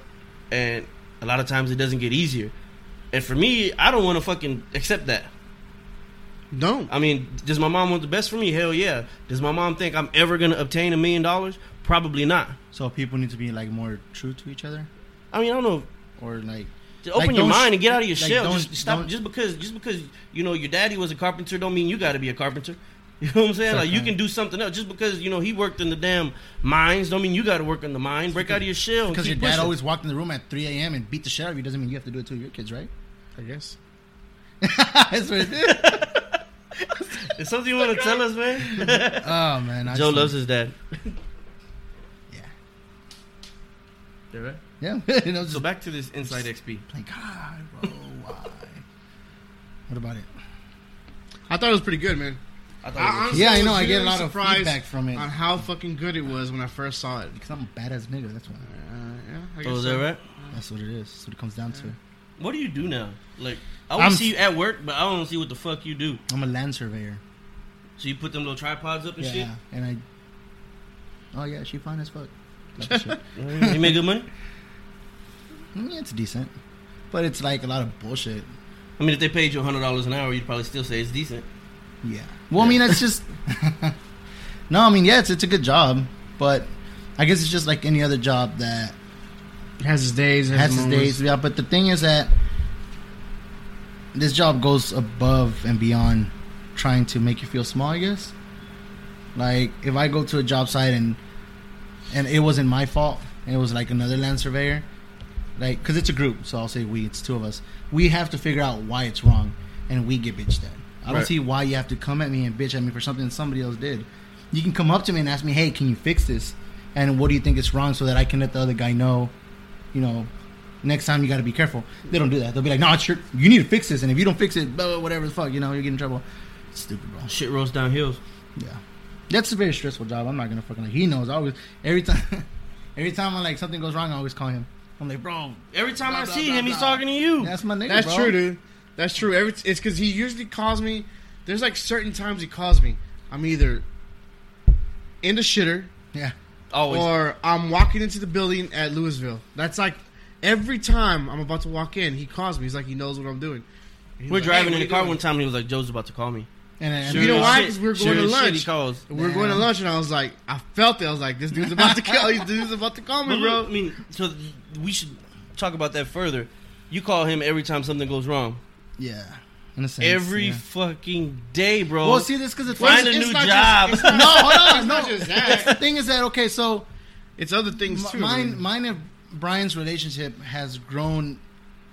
and a lot of times it doesn't get easier." And for me, I don't want to fucking accept that. Don't. I mean, does my mom want the best for me? Hell yeah. Does my mom think I'm ever gonna obtain a million dollars? Probably not. So people need to be like more true to each other, I mean, I don't know. or like To Like, open your don't sh- mind and get out of your like, shell. don't- Just stop. don't- Just because, just because you know your daddy was a carpenter, don't mean you got to be a carpenter. *laughs* You know what I'm saying? Like you can do something else. Just because you know he worked in the damn mines, don't mean you got to work in the mine. Break out of your shell. and because *laughs* your keep dad pushing. always walked in the room at 3 a.m. and beat the shit out of you doesn't mean you have to do it to your kids, right? I guess. That's what it is. Is something you want to tell us, man? oh man, *laughs* I Joe just- loves his dad. Yeah. Yeah, right. Yeah, *laughs* and I was So just back to this Inside XP. like, God, bro, why? what about it? I thought it was pretty good, man. I thought I it was- honestly Yeah, I was know, I get a genuinely lot of surprised feedback from it. on how fucking good it was when I first saw it. Because I'm a badass nigga. That's why. Uh, yeah, I guess Oh, is so. that right? That's what it is. That's what it comes down to. What do you do now? Like, I I'm- want to see you at work, but I don't wanna see what the fuck you do. I'm a land surveyor. So you put them little tripods up and shit. Yeah, and I. Oh yeah, she fine as fuck. *laughs* Type of shit. You make good money. Mm, yeah, it's decent, but it's like a lot of bullshit. I mean, if they paid you hundred dollars an hour, you'd probably still say it's decent. Yeah. Well, I mean, that's just *laughs* No, I mean, yeah, it's, it's a good job, but I guess it's just like any other job that It has its days. It has, has its days. Yeah, but the thing is that this job goes above and beyond trying to make you feel small. I guess. Like if I go to a job site and and it wasn't my fault, and it was like another land surveyor, like because it's a group, so I'll say we. It's two of us. We have to figure out why it's wrong, and we get bitched at. I don't Right. see why you have to come at me and bitch at me for something somebody else did. You can come up to me and ask me, "Hey, can you fix this?" And what do you think is wrong, so that I can let the other guy know you know, next time you got to be careful. They don't do that. They'll be like, no, it's your, you need to fix this, and if you don't fix it, blah, blah, whatever the fuck, you know, you get in trouble. Stupid, bro. Shit rolls down hills. Yeah, that's a very stressful job. I'm not gonna fucking. Like, he knows. I always every time, *laughs* every time I like something goes wrong, I always call him. I'm like, bro, Every time Blah, I blah, see blah, him, he's blah. talking to you. that's my nigga. That's bro. true, dude. That's true. Every t- it's because he usually calls me. There's like certain times he calls me. I'm either in the shitter Yeah, Always. or I'm walking into the building at Louisville. That's like every time I'm about to walk in, he calls me. He's like he knows what I'm doing. He's We're like, driving "Hey, in the what car you one time, and he was like, "Joe's about to call me." and, and Sure. You know as why? shit- 'Cause we're sure going to as shit lunch. He calls. doing?" We We're going to Damn. lunch, and I was like, I felt it. I was like, this dude's about to call. This dude's about to call me, But look, I bro. mean, so th- we should talk about that further. You call him every time something goes wrong. yeah, in a sense. Every yeah. fucking day, bro. well, see this because it's find it's- a it's new not job. just- no, *laughs* hold on, It's not no. just That's the *laughs* that. thing is that okay, so It's other things too. M- mine, man. mine and Brian's relationship has grown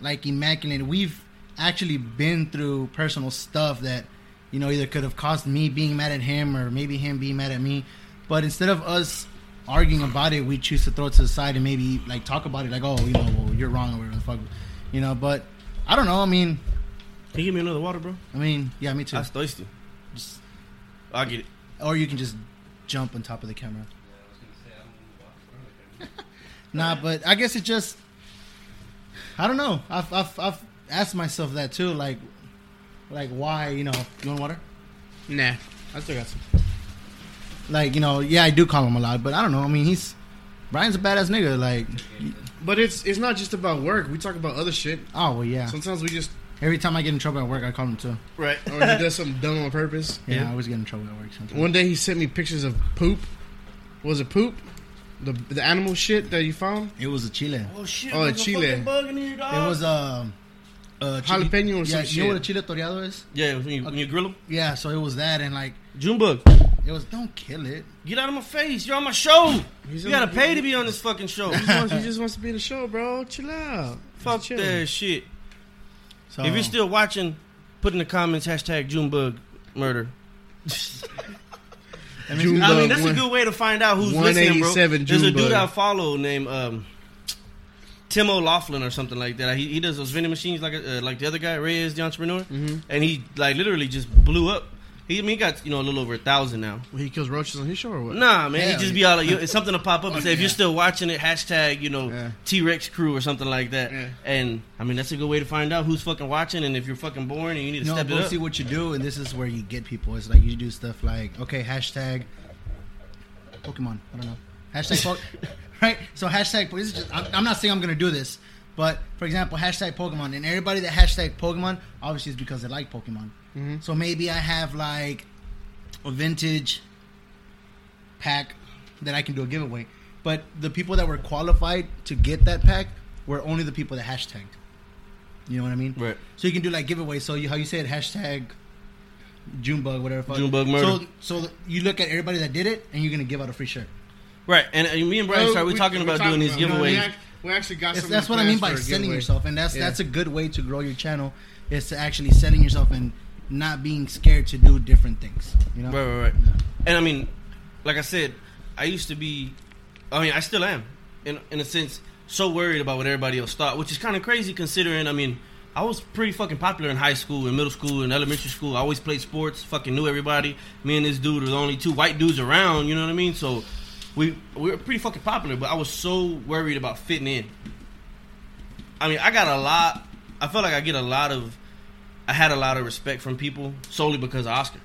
like immaculate. We've actually been through personal stuff that you know either could have caused me being mad at him or maybe him being mad at me. But instead of us arguing about it, we choose to throw it to the side and maybe like talk about it, like oh you know well, you're wrong or whatever the fuck, you know. But I don't know. I mean, Can you give me another water, bro? I mean, yeah, me too. That's thirsty. I get it. or you can just jump on top of the camera. *laughs* Nah, but I guess it just. I don't know. I've, I've, I've asked myself that too. Like, like why? You know, you want water? Nah, I still got some. Like, you know, yeah, I do call him a lot, but I don't know. I mean, he's Brian's a badass nigga. Like, But it's it's not just about work. We talk about other shit. oh *laughs* well, yeah. Sometimes we just Every time I get in trouble at work, I call him too. right, or he does something dumb on purpose. Yeah, Yeah. I always get in trouble at work sometimes. One day he sent me pictures of poop. Was it poop? The the animal shit that you found? It was a chile. Oh shit! Oh, there's a Chile. fucking bug in here, It was um, a chile- Jalapeno or some yeah, you know shit. what a chile toreado is? yeah, when you, when you grill him, Yeah, so it was that, and like June bug, it was don't kill it. get out of my face! You're on my show. He's you on- gotta pay to be on this fucking *laughs* show. He wants- he just wants to be in the show, bro. Chill out. Fuck Chill. that shit. So If you're still watching, put in the comments hashtag Junebug murder. That makes June- me- I mean, that's a one- good way to find out who's listening, bro. 187 There's a Junebug. dude I follow named um, Tim O'Laughlin or something like that. He, he does those vending machines like uh, like the other guy, Reyes, the entrepreneur, and he like literally just blew up. He, I mean, he got you know a little over a thousand now. Well, he kills roaches on his show or what? Nah, man, Yeah, he just like- be all like, you- it's something to pop up and say, if yeah. you're still watching it, hashtag, you know, Yeah. T Rex crew or something like that. Yeah. And, I mean, that's a good way to find out who's fucking watching and if you're fucking boring and you need to No, step it but up. see what you do, and this is where you get people. It's like you do stuff like okay, hashtag Pokemon. I don't know. Hashtag *laughs* po- right. So hashtag. This is just. I'm, I'm not saying I'm gonna do this, but for example, hashtag Pokemon, and everybody that hashtag Pokemon obviously is because they like Pokemon. Mm-hmm. So maybe I have like a vintage pack that I can do a giveaway. But the people that were qualified to get that pack were only the people that hashtagged. You know what I mean? Right. So you can do like giveaways. So you, how you said hashtag Junebug, whatever. the fuck. Junebug murder. So so you look at everybody that did it, and you're gonna give out a free shirt. Right. And, and me and Brian Oh, started, we're we- talking we're about talking doing these about- no, giveaways. we act- We actually got That's, some. that's what I mean plans by for a selling giveaway. yourself, and that's Yeah. that's a good way to grow your channel. Is to actually selling yourself and not being scared to do different things. You know. Right, right, right. And I mean, like I said, I used to be, I mean, I still am, in in a sense, so worried about what everybody else thought, which is kind of crazy considering. I mean, I was pretty fucking popular in high school, in middle school, in elementary school. I always played sports, fucking knew everybody. Me and this dude were the only two white dudes around. You know what I mean? So we we were pretty fucking popular, but I was so worried about fitting in. I mean, I got a lot. I felt like I get a lot of. I had a lot of respect from people solely because of Oscar.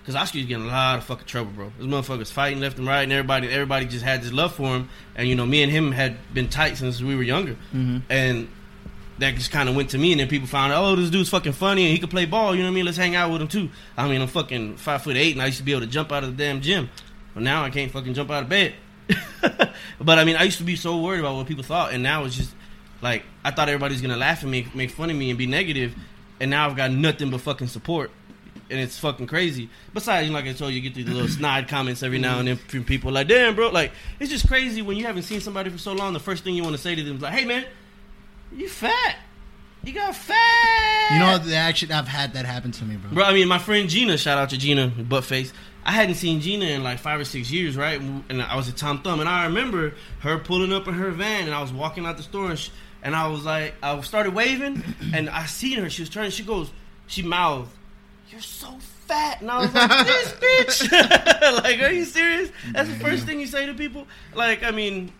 Because Oscar's getting a lot of fucking trouble, bro. This motherfucker's fighting left and right, and everybody, everybody just had this love for him. And you know, me and him had been tight since we were younger, and that just kind of went to me. And then people found out, oh, this dude's fucking funny, and he could play ball. You know what I mean? Let's hang out with him too. I mean, I'm fucking five foot eight, and I used to be able to jump out of the damn gym. But now I can't fucking jump out of bed. *laughs* but I mean, I used to be so worried about what people thought, and now it's just like I thought everybody's gonna laugh at me, make fun of me, and be negative, and now I've got nothing but fucking support, and it's fucking crazy. Besides, you know, like I told you, you get these *clears throat* little snide comments every now and then Mm. from people like, "Damn, bro!" Like it's just crazy when you haven't seen somebody for so long. The first thing you want to say to them is like, "Hey, man, you fat." You got fat. You know, the action I've had that happen to me, bro. Bro, I mean, my friend Gina, shout out to Gina, Buttface. I hadn't seen Gina in like five or six years, right? And I was at Tom Thumb, and I remember her pulling up in her van, and I was walking out the store, and, she, and I was like, I started waving, and I seen her. She was turning. She goes, she mouthed, "You're so fat," and I was like, "This *laughs* bitch!" like, are you serious? That's the first thing you say to people. Like, I mean,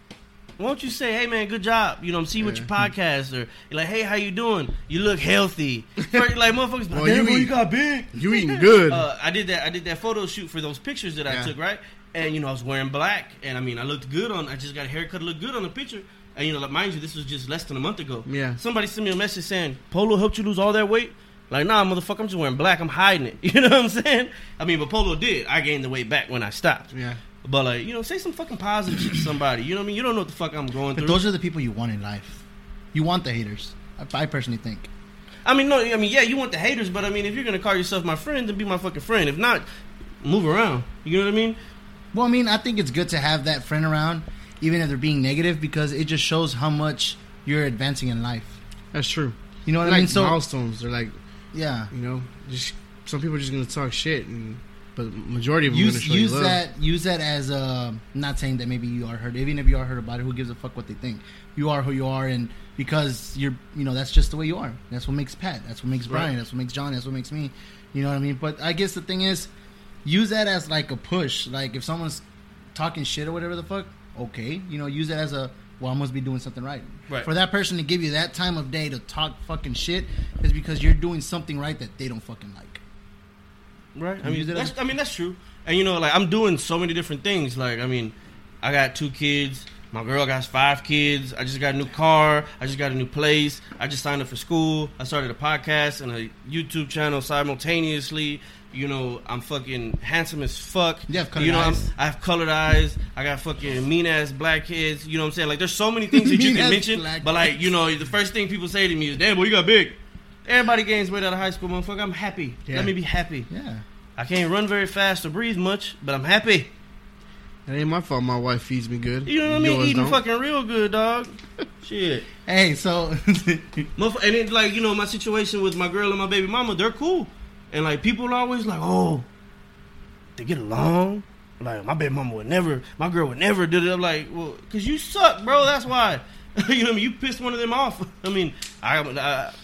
won't you say, "Hey man, good job," you know, I'm seeing what your podcast, or you're like, "Hey, how you doing? You look healthy." First, like motherfuckers, Well, "Damn, you bro, you eat- got big. You eating good? Uh, I did that. I did that photo shoot for those pictures that I Yeah. took, right? And you know, I was wearing black, and I mean, I looked good on. I just got a haircut, looked good on the picture. And you know, like, mind you, this was just less than a month ago. Yeah. Somebody sent me a message saying, "Polo helped you lose all that weight." Like, nah, motherfucker, I'm just wearing black. I'm hiding it. *laughs* You know what I'm saying? I mean, but Polo did. I gained the weight back when I stopped. yeah. But like, you know, say some fucking positive shit to somebody. You know what I mean? You don't know what the fuck I'm going But through. those are the people you want in life. You want the haters. I, I personally think. I mean, no, I mean, yeah, you want the haters, but I mean, if you're gonna call yourself my friend, then be my fucking friend. If not, move around. You know what I mean? Well, I mean, I think it's good to have that friend around, even if they're being negative, because it just shows how much you're advancing in life. That's true. You know what like I mean? So milestones. They're like yeah, you know, just some people are just gonna talk shit, and but majority of them are use gonna show use you love. that use that as a not saying that maybe you are hurt. Even if you are hurt about it, who gives a fuck what they think? You are who you are, and because you're, you know, that's just the way you are. That's what makes Pat. That's what makes Brian. Right. That's what makes John. That's what makes me. You know what I mean? But I guess the thing is, use that as like a push. Like if someone's talking shit or whatever the fuck, okay, you know, use that as a well, I must be doing something right. Right. For that person to give you that time of day to talk fucking shit is because you're doing something right that they don't fucking like. Right. I You mean, did it that's, I mean, that's true. And you know, like I'm doing so many different things. Like, I mean, I got two kids. My girl got five kids. I just got a new car. I just got a new place. I just signed up for school. I started a podcast and a YouTube channel simultaneously. You know, I'm fucking handsome as fuck. You have colored know, I'm- eyes. I have colored eyes. I got fucking mean ass black kids. You know what I'm saying? Like, there's so many things that you Mean-ass can mention. black But like, you know, the first thing people say to me is, "Damn, boy, you got big." Everybody gains weight out of high school, motherfucker. I'm happy. Yeah. Let me be happy. Yeah. I can't run very fast or breathe much, but I'm happy. It ain't my fault. My wife feeds me good. You know what I mean? Yours Eating don't. fucking real good, dog. Shit. Hey, so *laughs* Motherf- And it's like, you know, my situation with my girl and my baby mama, they're cool. And like, people are always like, oh, they get along. Like, my baby mama would never, my girl would never do it. I'm like, well, because you suck, bro. That's why. *laughs* you know what I mean? You pissed one of them off. *laughs* I mean, I, I,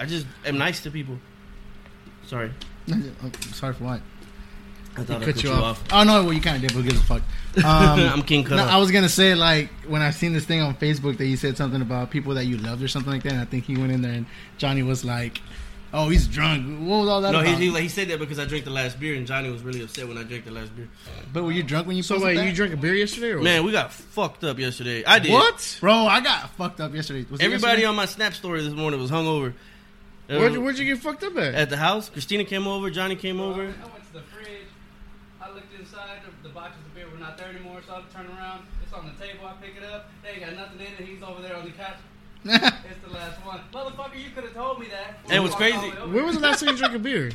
I just am nice to people. Sorry. I'm sorry for what? I thought cut you off. Oh no, well you kind of did, but who gives *laughs* a fuck? Um, I'm King Cut no, Off. I was gonna say like when I seen this thing on Facebook that you said something about people that you loved or something like that. And I think he went in there and Johnny was like, "Oh, he's drunk. What was all that No, he, about?" he, he said that because I drank the last beer, and Johnny was really upset when I drank the last beer. but were you drunk when you So posted wait, that? you drank a beer yesterday or what? Man, we got fucked up yesterday. I did. What? Bro, I got fucked up yesterday. Was it Everybody yesterday? on my snap story this morning was hungover. Uh, Where'd you, where'd you get fucked up at? at the house, Christina came over, Johnny came over. I went to the fridge. I looked inside. The, the boxes of beer were not there anymore, so I turned around. It's on the table. I pick it up. They ain't got nothing in it. He's over there on *laughs* the couch. it's the last one. Motherfucker, you could have told me that. And what's Walked all the crazy- way over. When was the last time you drank *laughs* a beer?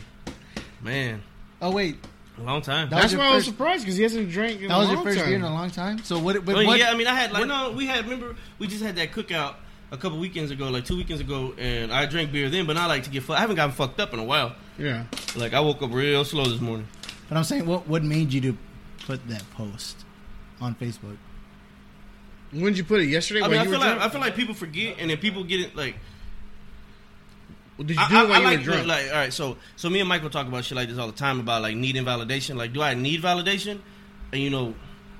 Man, Oh wait, a long time. That was That's your why I was first- surprised because he hasn't drank in that a was long your first time. beer in a long time. So what? I What? mean, Oh, what yeah, I mean, I had like no, we had remember we just had that cookout a couple weekends ago, like two weekends ago, and I drank beer then, but I like to get fucked. I haven't gotten fucked up in a while. Yeah. Like I woke up real slow this morning. but I'm saying, what? What made you to put that post on Facebook? When did you put it? Yesterday? I while mean, I you feel were like I drunk? feel like people forget, and then people get it like Well, did you I, do I- it I while you like, were drunk? like, all right, so so me and Michael talk about shit like this all the time about like needing validation. Like, do I need validation? And you know,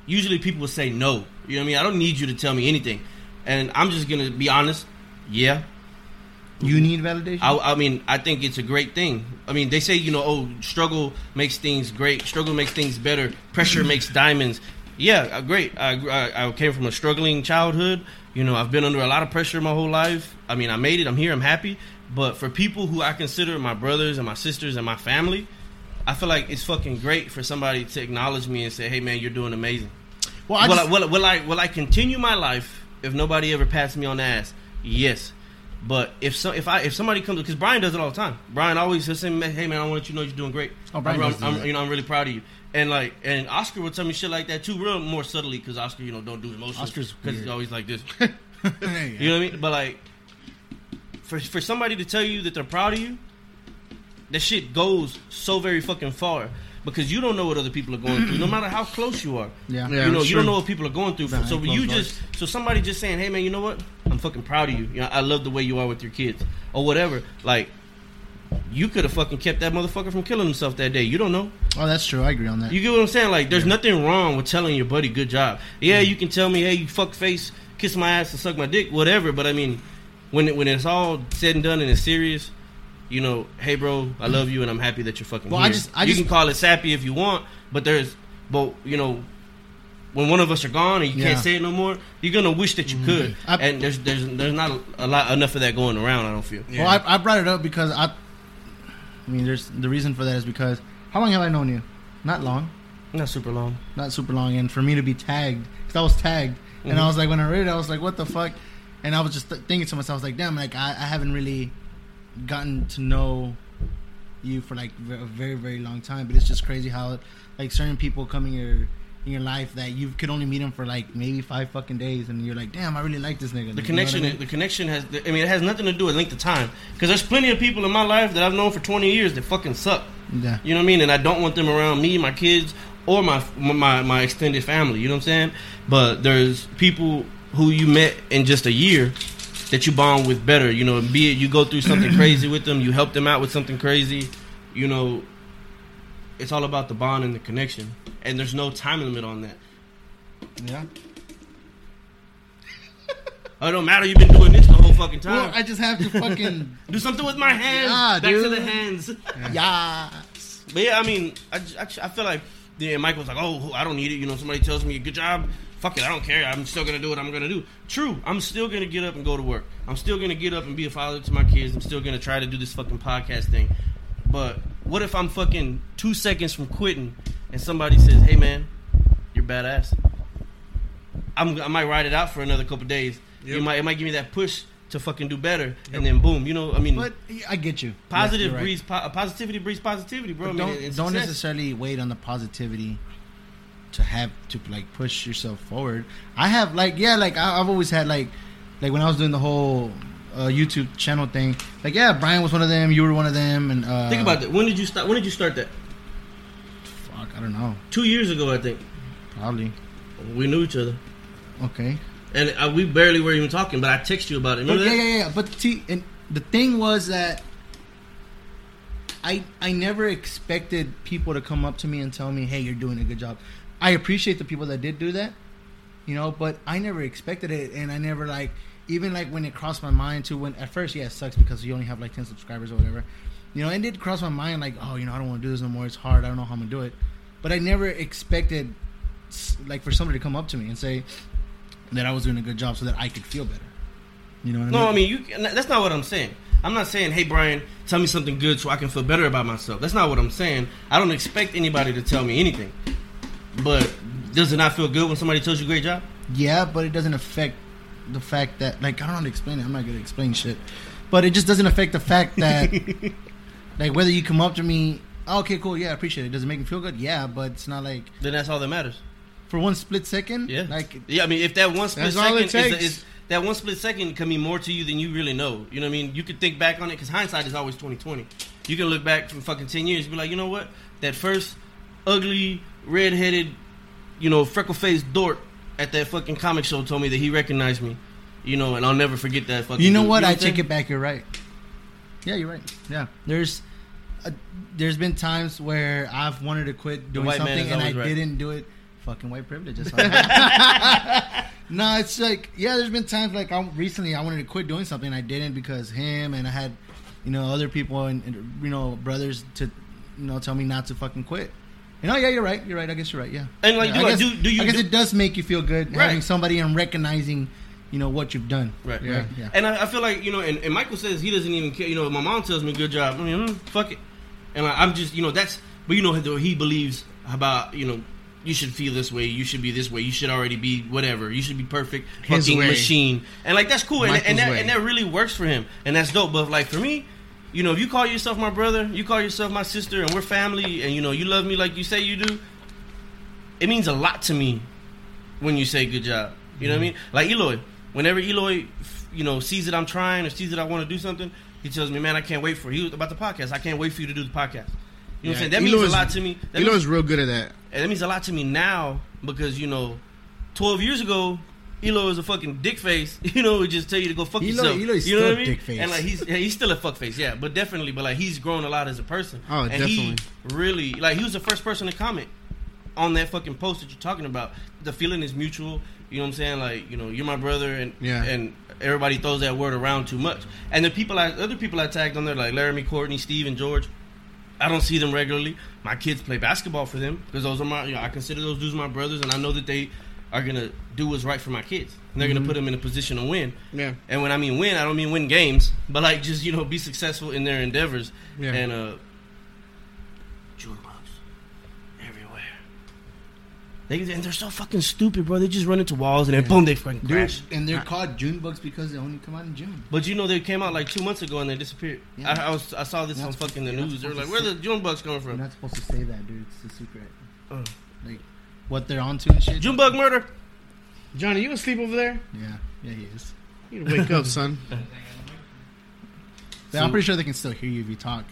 usually people will say no. You know what I mean? I don't need you to tell me anything. And I'm just gonna be honest. Yeah, You need validation. *laughs* I, I mean, I think it's a great thing. I mean, they say you know, oh, struggle makes things great. Struggle makes things better. Pressure makes diamonds. Yeah, uh, great. I, I, I came from a struggling childhood. You know, I've been under a lot of pressure my whole life. I mean, I made it. I'm here. I'm happy. But for people who I consider my brothers and my sisters and my family, I feel like it's fucking great for somebody to acknowledge me and say, "Hey, man, you're doing amazing." Well, I will, just, I, will, will I will I continue my life if nobody ever pats me on the ass? Yes, but if so, if I if somebody comes because Brian does it all the time. Brian always he'll send me, "Hey man, I want to let you know you're doing great. Oh, Brian I'm, does do I'm- that. you know I'm really proud of you." And like and Oscar will tell me shit like that too, real more subtly because Oscar you know don't do emotions Oscar's because he's weird. always like this. Hey, You know what I mean? But like, for for somebody to tell you that they're proud of you, that shit goes so very fucking far because you don't know what other people are going through, no matter how close you are. Yeah. Yeah, you know, it's you don't true. know what people are going through. Behind so when you closed just, so somebody just saying, "Hey man, you know what? I'm fucking proud of you. You know, I love the way you are with your kids or whatever." Like. You could have fucking kept that motherfucker from killing himself that day. You don't know. oh, that's true. I agree on that. You get what I'm saying? Like, there's nothing wrong with telling your buddy good job. Yeah, Mm-hmm. you can tell me, hey, you fuck face, kiss my ass, and suck my dick, whatever. But I mean, when it, when it's all said and done and it's serious, you know, hey, bro, I love you and I'm happy that you're fucking Mm-hmm. Well, I here. just- I you just- can call it sappy if you want, but there's, but you know, when one of us are gone and you Yeah. Mm-hmm. can't say it no more, you're gonna wish that you could. I- and there's there's there's not a, a lot enough of that going around. I don't feel. Well, I, I brought it up because I, I mean, there's the reason for that is because how long have I known you? Not long, Not super long. not super long. And for me to be tagged, because I was tagged, and I was like, when I read it, I was like, what the fuck? And I was just th- thinking to myself, I was like, damn, like I, I haven't really gotten to know you for like ve- a very very long time. But it's just crazy how like certain people come in your in your life that you could only meet them for like maybe five fucking days, and you're like, damn, I really like this nigga. The connection, is the connection has. I mean, it has nothing to do with length of time. Because there's plenty of people in my life that I've known for 20 years that fucking suck. yeah. You know what I mean? And I don't want them around me, my kids, or my my my extended family. You know what I'm saying? But there's people who you met in just a year that you bond with better. You know, be it you go through *clears throat* something crazy with them, you help them out with something crazy. You know, it's all about the bond and the connection. And there's no time limit on that. yeah. Oh, it don't matter. You've been doing this the whole fucking time. Well, I just have to fucking Do something with my hands. Yeah, Back to dude. the hands. *laughs* yeah. But yeah, I mean, I, j- I, j- I feel like yeah, Michael's like, oh, I don't need it. You know, somebody tells me, good job. Fuck it, I don't care. I'm still gonna do what I'm gonna do. True, I'm still gonna get up and go to work. I'm still gonna get up and be a father to my kids. I'm still gonna try to do this fucking podcast thing. But what if I'm fucking two seconds from quitting and somebody says, hey man, you're badass. I'm, I might ride it out for another couple days. It might it might give me that push to fucking do better, and then boom, you know. I mean, But I get you. Yeah, positive you're right. breeds po- uh, positivity breeds positivity, bro. I But mean, don't it's don't success. necessarily wait on the positivity to have to like push yourself forward. I have like yeah, like I, I've always had like like when I was doing the whole uh, YouTube channel thing. Like yeah, Brian was one of them. You were one of them. And uh, Think about that. When did you start? When did you start that? Fuck, I don't know. Two years ago, I think. Probably We knew each other, okay. and I, we barely were even talking. But I text you about it. But Remember Oh, yeah, that? yeah, yeah. But see, and the thing was that I I never expected people to come up to me and tell me, "Hey, you're doing a good job." I appreciate the people that did do that, you know. But I never expected it, and I never like even like when it crossed my mind to when at first, yeah, it sucks because you only have like ten subscribers or whatever, you know. And it crossed my mind like, oh, you know, I don't want to do this no more. It's hard. I don't know how I'm gonna do it. But I never expected s- like for somebody to come up to me and say that I was doing a good job so that I could feel better. You know what I mean? No, I mean you. That's not what I'm saying. I'm not saying, hey Brian, tell me something good so I can feel better about myself. That's not what I'm saying. I don't expect anybody to tell me anything. But does it not feel good when somebody tells you great job? Yeah, but it doesn't affect the fact that like I don't know how to explain it. I'm not gonna explain shit, but it just doesn't affect the fact *laughs* that like whether you come up to me, "Oh, okay, cool, yeah, I appreciate it. Does it make me feel good? Yeah, but it's not like Then that's all that matters. for one split second. Yeah. like yeah, I mean, if that one split That's all second it is, takes. is that one split second can mean more to you than you really know. You know what I mean? You could think back on it because hindsight is always twenty twenty. You can look back from fucking ten years and be like, you know what? That first ugly red headed, you know, freckle faced dork at that fucking comic show told me that he recognized me. You know, and I'll never forget that fucking. you know dude. what? I I'm saying? take it back. You're right. Yeah, you're right. Yeah, there's uh, there's been times where I've wanted to quit doing white man something is and I always right. didn't do it. Fucking white *laughs* privilege. That's *laughs* all I have. no, it's like yeah. There's been times like I recently I wanted to quit doing something and I didn't because him and I had you know other people and, and you know brothers to you know tell me not to fucking quit. You know, yeah, you're right. You're right. I guess you're right. Yeah. And, like, do Yeah, I I- guess, do- do you I guess do- it does make you feel good Right. having somebody and recognizing, you know, what you've done. Right, Yeah. right. Yeah. And I, I feel like you know, and, and Michael says he doesn't even care. You know, my mom tells me good job. I mean, mm, fuck it. And I, I'm just, you know, that's But you know how he believes about you know you should feel this way, you should be this way, you should already be whatever, you should be perfect, His fucking way. machine, and like that's cool, and, and Michael's that way. and that really works for him, and that's dope. But like for me. You know, if you call yourself my brother, you call yourself my sister, and we're family, and you know you love me like you say you do. It means a lot to me when you say good job. You know what I mean? Mm-hmm. Like Eloy, whenever Eloy, f- you know, sees that I'm trying or sees that I want to do something, he tells me, "Man, I can't wait for you about the podcast. I can't wait for you to do the podcast." You know what I'm saying? That means a Eloy's- lot to me. That Eloy's means, real good at that. that means a lot to me now because you know, 12 years ago. Elo is a fucking dick face, *laughs* you know. Who just tell you to go fuck Elo- yourself. Eloy's you know still what I mean? dick face. And like he's yeah, he's still a fuck face, yeah. But definitely, but like he's grown a lot as a person. Oh, and He definitely. really like he was the first person to comment on that fucking post that you're talking about. The feeling is mutual. You know what I'm saying? Like, you know, you're my brother, and Yeah. and everybody throws that word around too much. And the people, I other people I tagged on there, like Laramie, Courtney, Steve, and George. I don't see them regularly. My kids play basketball for them because those are my. You know, I consider those dudes my brothers, and I know that they are gonna do what's right for my kids. And they're gonna put them in a position to win. Yeah. And when I mean win, I don't mean win games, but like just you know be successful in their endeavors. Yeah. And uh, jewel box everywhere. They and they're so fucking stupid, bro. They just run into walls and then boom, they fucking crash. and they're called June bugs because they only come out in June. But you know they came out like two months ago and they disappeared. Yeah. I, I, was, I saw this You're on not supposed- fucking the you're not news. They were like, supposed "Where to the June bugs coming You're from? not supposed to say that, dude. It's a secret. Oh. Like what they're onto and shit. June bug murder." Johnny, you asleep over there? Yeah, yeah, he is. You need to wake *laughs* up, son. Yeah, I'm pretty sure they can still hear you if you talk.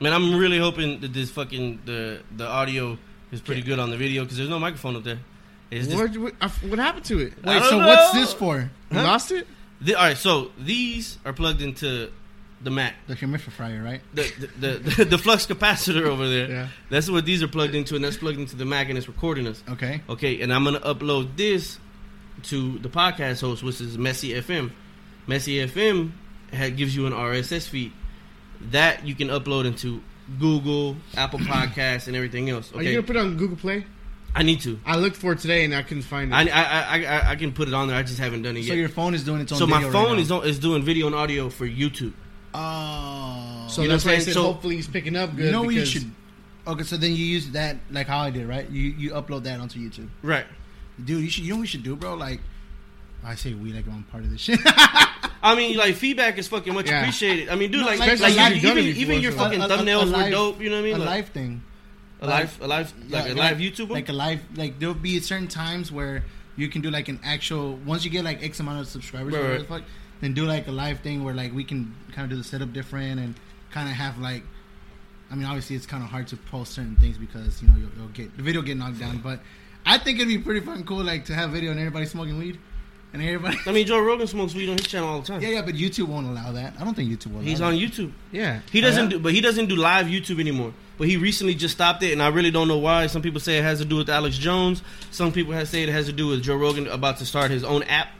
Man, I'm really hoping that this fucking the the audio is pretty good on the video because there's no microphone up there. It's just, What, what, I- what happened to it? I Wait, don't so what's know. this for? You lost it? the, all right, so these are plugged into the Mac. The humidifier, right? the, the, the, *laughs* the flux capacitor over there. Yeah. That's what these are plugged into, and that's plugged into the Mac, and it's recording us. Okay. Okay, and I'm gonna upload this to the podcast host, which is Messy FM. Messy FM ha gives you an RSS feed that you can upload into Google, Apple Podcasts, and everything else. Are you Okay, gonna put it on Google Play? I need to. I looked for it today and I couldn't find it. I, I, I, I, I can put it on there. I just haven't done it So yet. your phone is doing its own. So my video phone right is on, is doing video and audio for YouTube. now. Oh. so you know that's what why I I'm saying? said So- hopefully he's picking up good. you know what you because- should. Okay, so then you use that like how I did, right? You you upload that onto YouTube, Right. dude. You should. You know what we should do, bro? Like, I say we like I'm part of this shit. *laughs* I mean, like feedback is fucking much Yeah. appreciated. I mean, dude, No, like, like, like, especially even- you've done it even, even before, your so- fucking A- a- thumbnails a were live- dope. You know what I mean? A Like, live thing, a live, a live, like a Yeah, live YouTuber. like a live. Like there'll be certain times where you can do like an actual. Once you get like X amount of subscribers, Right, or whatever right. the fuck, then do like a live thing where like we can kind of do the setup different and kind of have like. I mean, obviously, it's kind of hard to post certain things because you know you'll, you'll get the video get knocked down. But I think it'd be pretty fucking cool, like to have video and everybody smoking weed and everybody. *laughs* I mean, Joe Rogan smokes weed on his channel all the time. Yeah, yeah, but YouTube won't allow that. I don't think YouTube will. Allow He's that. on YouTube. Yeah. He doesn't yeah? do, but he doesn't do live YouTube anymore. But he recently just stopped it, and I really don't know why. Some people say it has to do with Alex Jones. Some people have say it has to do with Joe Rogan about to start his own app,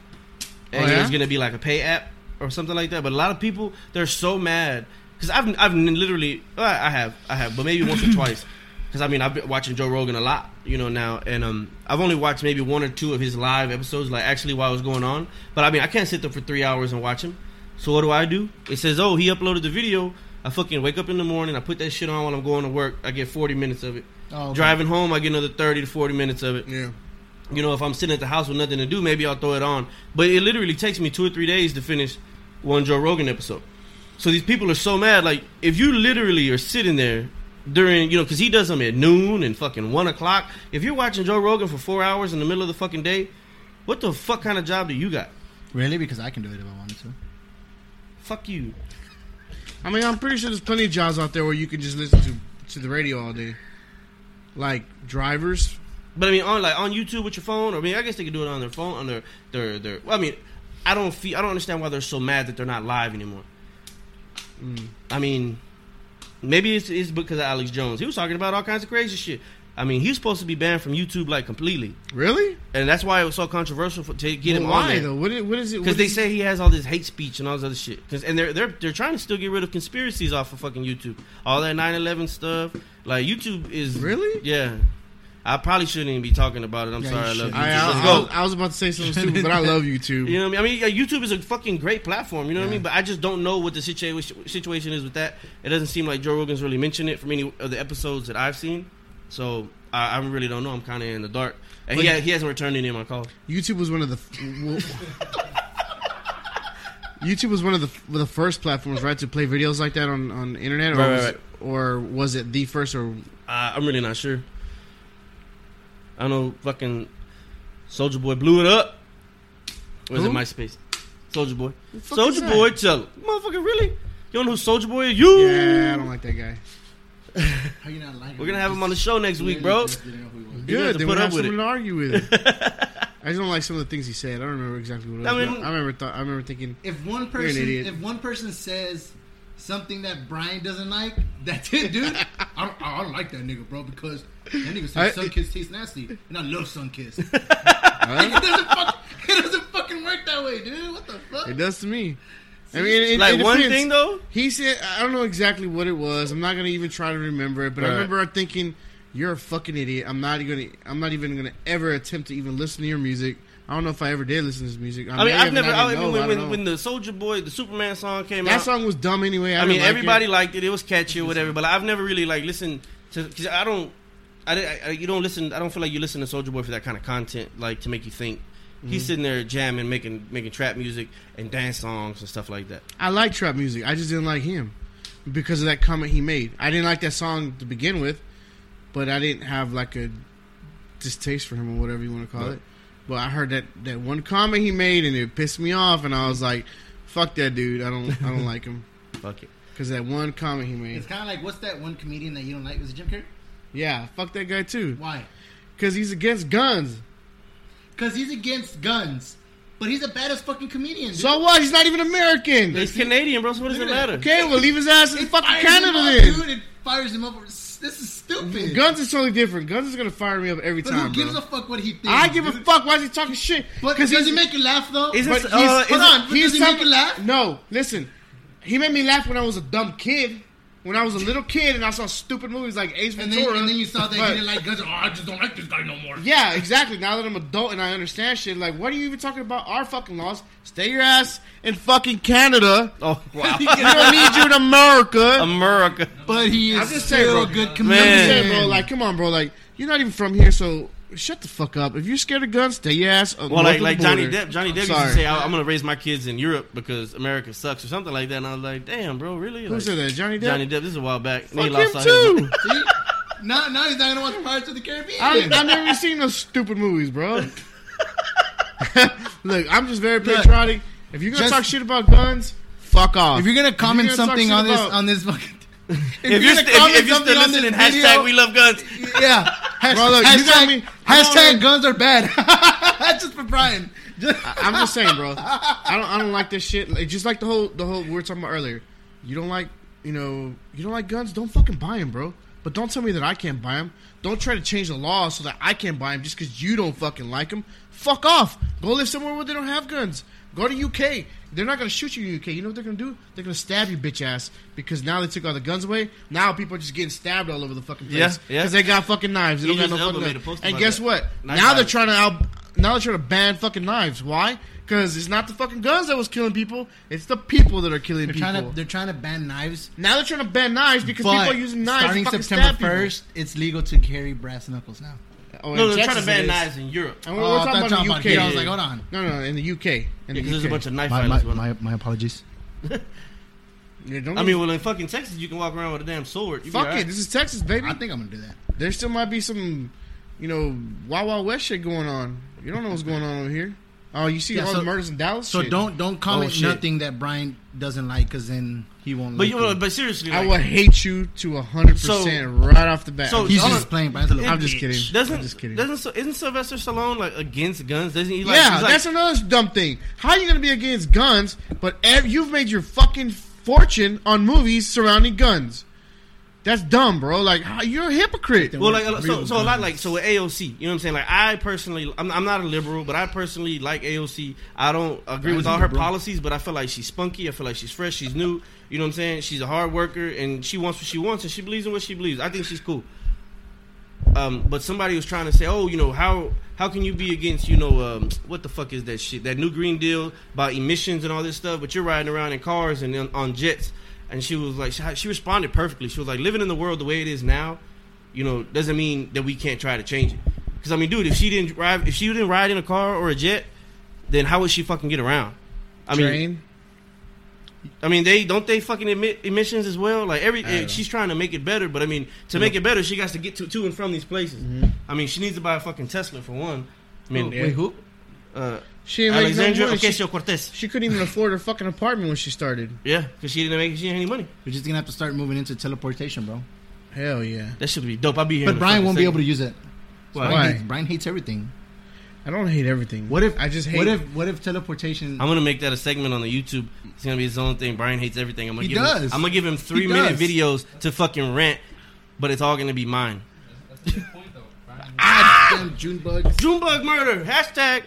and Oh, yeah? it's going to be like a pay app or something like that. But a lot of people they're so mad because I've I've literally well, I have I have, but maybe once or *coughs* twice. Because I mean I've been watching Joe Rogan a lot, you know now, and um I've only watched maybe one or two of his live episodes, like actually while it was going on. But I mean I can't sit there for three hours and watch him. So what do I do? It says, oh, he uploaded the video. I fucking wake up in the morning. I put that shit on while I'm going to work. I get 40 minutes of it. Oh, okay. Driving home, I get another 30 to 40 minutes of it. Yeah. You know, if I'm sitting at the house with nothing to do, maybe I'll throw it on. But it literally takes me two or three days to finish one Joe Rogan episode. So these people are so mad. Like, if you literally are sitting there during, you know, because he does them at noon and fucking one o'clock. If you're watching Joe Rogan for four hours in the middle of the fucking day, what the fuck kind of job do you got? Really? Because I can do it if I wanted to. Fuck you. I mean, I'm pretty sure there's plenty of jobs out there where you can just listen to to the radio all day, like drivers. But I mean, on like on YouTube with your phone, or I mean, I guess they could do it on their phone, on their their their. Well, I mean, I don't feel, I don't understand why they're so mad that they're not live anymore. Hmm. I mean, maybe it's, it's because of Alex Jones. He was talking about all kinds of crazy shit. I mean, he's supposed to be banned from YouTube like completely, Really? and that's why it was so controversial for, to get But him on why there. though? What is, what is it? Because what they is- say he has all this hate speech and all this other shit. 'Cause- and they're they're they're trying to still get rid of conspiracies off of fucking YouTube. All that 9-11 stuff. Like YouTube is Really? yeah. I probably shouldn't even be talking about it. I'm Yeah, sorry. you I love shouldn't. YouTube. I, Let's I, I, go. was, I was about to say something stupid, but I love YouTube. You know what I mean? I mean, *laughs* yeah, YouTube is a fucking great platform. You know what I mean? But I just don't know what the situation situation is with that. It doesn't seem like Joe Rogan's really mentioned it from any of the episodes that I've seen. So I, I really don't know. I'm kind of in the dark. And he, But- ha- he hasn't returned any of my calls. YouTube was one of the. f- w- YouTube was one of the f- the first platforms, right, to play videos like that on on the internet, or Right, right, was, right. or was it the first? Or I, I'm really not sure. I know fucking Soldier Boy blew it up. Or is it Who? MySpace? Soldier Boy. fuck is Soldier that? Boy, Cello. Motherfucker, really? You don't know who Soldier Boy is? You. yeah, I don't like that guy. How you not like We're gonna have him on the show next week, bro. You have Good, to they put would up have with someone it. to argue *laughs* with. It. I just don't like some of the things he said. I don't remember exactly what it was. I but I, mean- remember. Th- I remember thinking. If one an person, idiot. if one person says something that Brian doesn't like, that's it, *laughs* dude. I don't, I don't like that nigga, bro, because that nigga I- says Sunkiss tastes nasty, and I love *laughs* Sunkiss. it doesn't fuck, it doesn't fucking work that way, dude. What the fuck? It does to me. I mean, it, like it one depends. thing though. He said, I don't know exactly what it was. I'm not gonna even try to remember it, but I Right. remember thinking, "You're a fucking idiot. I'm not gonna. I'm not even gonna ever attempt to even listen to your music. I don't know if I ever did listen to his music. I may mean, I've have, never. and I I didn't mean, know. I when, don't when, know. when the Soldier Boy, the Superman song came that out, song was dumb anyway. I I, didn't mean, like it. everybody liked it. It was catchy or whatever. But I've never really like listened to because I don't. I, di- I you don't listen. I don't feel like you listen to Soldier Boy for that kind of content, like to make you think. Mm-hmm. He's sitting there jamming, making making trap music and dance songs and stuff like that. I like trap music. I just didn't like him because of that comment he made. I didn't like that song to begin with, but I didn't have like a distaste for him or whatever you want to call Right. it. But I heard that that one comment he made and it pissed me off, and I was like, "Fuck that dude. I don't. *laughs* I don't like him." Fuck it. Because that one comment he made. It's kind of like what's that one comedian that you don't like? Was it Jim Carrey? Yeah, fuck that guy too. Why? Because he's against guns. Because he's against guns, but he's a badass fucking comedian. Dude. So what? He's not even American. It's Canadian, bro. So what does it Look at matter? Okay, well, leave his ass in It fucking fires him Canada up, then. dude. It fires him up. This is stupid. Guns is totally different. Guns is gonna fire me up every but time, who gives bro. a fuck what he thinks? I give a dude? fuck. Why is he talking shit? But Because does he's he make you laugh though? Is But this, he's, uh, hold is on. it- He's does he make talking- you laugh? No, listen. He made me laugh when I was a dumb kid. When I was a little kid and I saw stupid movies like Ace and Ventura. then, and then you saw that But- you didn't like guns. Oh, I just don't like this guy no more. Yeah, exactly. Now that I'm adult and I understand shit, like, what are you even talking about? Our fucking laws. Stay your ass in *laughs* fucking Canada. *laughs* Oh wow, We don't need you in America. America. But he is I'm just saying, still bro. a good I'm just Man. comedian, saying, bro. Like, come on, bro. Like, you're not even from here, so shut the fuck up. If you're scared of guns, stay your ass. Well, like like Johnny Depp. Johnny Depp used to Sorry. say, I, "I'm gonna raise my kids in Europe because America sucks" or something like that. And I was like, "Damn, bro, really?" Who Like, said that? Johnny Depp. Johnny Depp. This is a while back. And he Fuck lost him all his- too. See? Now, now he's not gonna watch Pirates of the Caribbean. I, I've never seen those stupid movies, bro. *laughs* Look, I'm just very patriotic. If you're gonna just- talk shit about guns, fuck off. if you're gonna comment gonna talk something shit on this about- on this fucking, *laughs* If you're, st- if, comment you- if you're something still on this listening, video- hashtag we love guns. *laughs* yeah, hashtag, Bro, look, hashtag, you got me- hashtag guns are bad. *laughs* That's just for Brian. Just, I'm just saying, bro. I don't I don't like this shit. Like, just like the whole the whole we were talking about earlier. You don't like you know you don't like guns. Don't fucking buy them, bro. But don't tell me that I can't buy them. Don't try to change the law so that I can't buy them just because you don't fucking like them. Fuck off. Go live somewhere where they don't have guns. Go to UK. They're not gonna shoot you in UK. You know what they're gonna do? They're gonna stab you, bitch ass. Because now they took all the guns away. Now people are just getting stabbed all over the fucking place. Yeah, yeah. Because they got fucking knives. They You don't got just no fucking elbowed me to knives. post And about guess that. what? Knife now they're violence. trying trying to out, now they're trying to ban fucking knives. Why? Because it's not the fucking guns that was killing people. It's the people that are killing they're people. trying to they're trying to ban knives. now they're trying to ban knives because but people are using knives. starting to fucking September stab people. first, it's legal to carry brass knuckles now. Oh, in No, they're trying Texas to it ban is. knives in Europe. And we're, Oh, we're I talking thought about you the were UK. talking about here. I was like, hold on. No, no, in the UK. In the Because there's a UK. bunch of knife violence going on. my apologies. Yeah, don't I mean, well, in fucking Texas, you can walk around with a damn sword. You be fuck all right. it. This is Texas, baby. I think I'm gonna do that. there still might be some, you know, Wild Wild West shit going on. You don't know what's going on over here. Oh, you see Yeah, all so- the murders in Dallas. So Shit. don't don't comment shit. nothing that Brian doesn't like, because then he won't. But like you, it. know, but seriously, I like, will hate you to hundred So- percent right off the bat. so- he's Hold just on. playing Brian's a little. I'm just kidding. doesn't I'm just kidding. doesn't Sy- isn't Sylvester Stallone like against guns? Doesn't he? Like, yeah, he's like, that's another dumb thing. How are you going to be against guns, but ev- you've made your fucking fortune on movies surrounding guns? That's dumb, bro. Like how- you're a hypocrite. well, like uh, so, real so a lot like so with AOC. You know what I'm saying? Like I personally, I'm, I'm not a liberal, but I personally like AOC. I don't agree with all her policies, but I feel like she's spunky. I feel like she's fresh. She's new. You know what I'm saying? She's a hard worker, and she wants what she wants, and she believes in what she believes. I think she's cool. Um, but somebody was trying to say, oh, you know, how how can you be against, you know, um, what the fuck is that shit? That new Green Deal about emissions and all this stuff, but you're riding around in cars and on, on jets. And she was like, she, she responded perfectly. She was like, living in the world the way it is now, you know, doesn't mean that we can't try to change it. Because I mean, dude, if she didn't drive, if she didn't ride in a car or a jet, then how would she fucking get around? I mean, Train. I mean, they don't they fucking emit emissions as well. Like every, eh, she's trying to make it better, but I mean, to make it better, she got to get to to and from these places. I mean, she needs to buy a fucking Tesla for one. I mean, Wait, who? uh, She didn't make no Alexandria money. She, Ocasio Cortez. she couldn't even afford her fucking apartment when she started. Yeah, because she didn't make she didn't have any money. We're just gonna have to start moving into teleportation, bro. Hell yeah. That should be dope. I'll be here. But Brian won't be able to use it. Why? Brian Why? hates, Brian hates everything. I don't hate everything. What if I just hate? What if what if teleportation? I'm gonna make that a segment on the YouTube. It's gonna be his own thing. Brian hates everything. I'm gonna He give does. Him, I'm gonna give him three He minute does. videos to fucking rant, but it's all gonna be mine. That's a good point though. Brian. ah, damn June bugs, Junebug murder hashtag.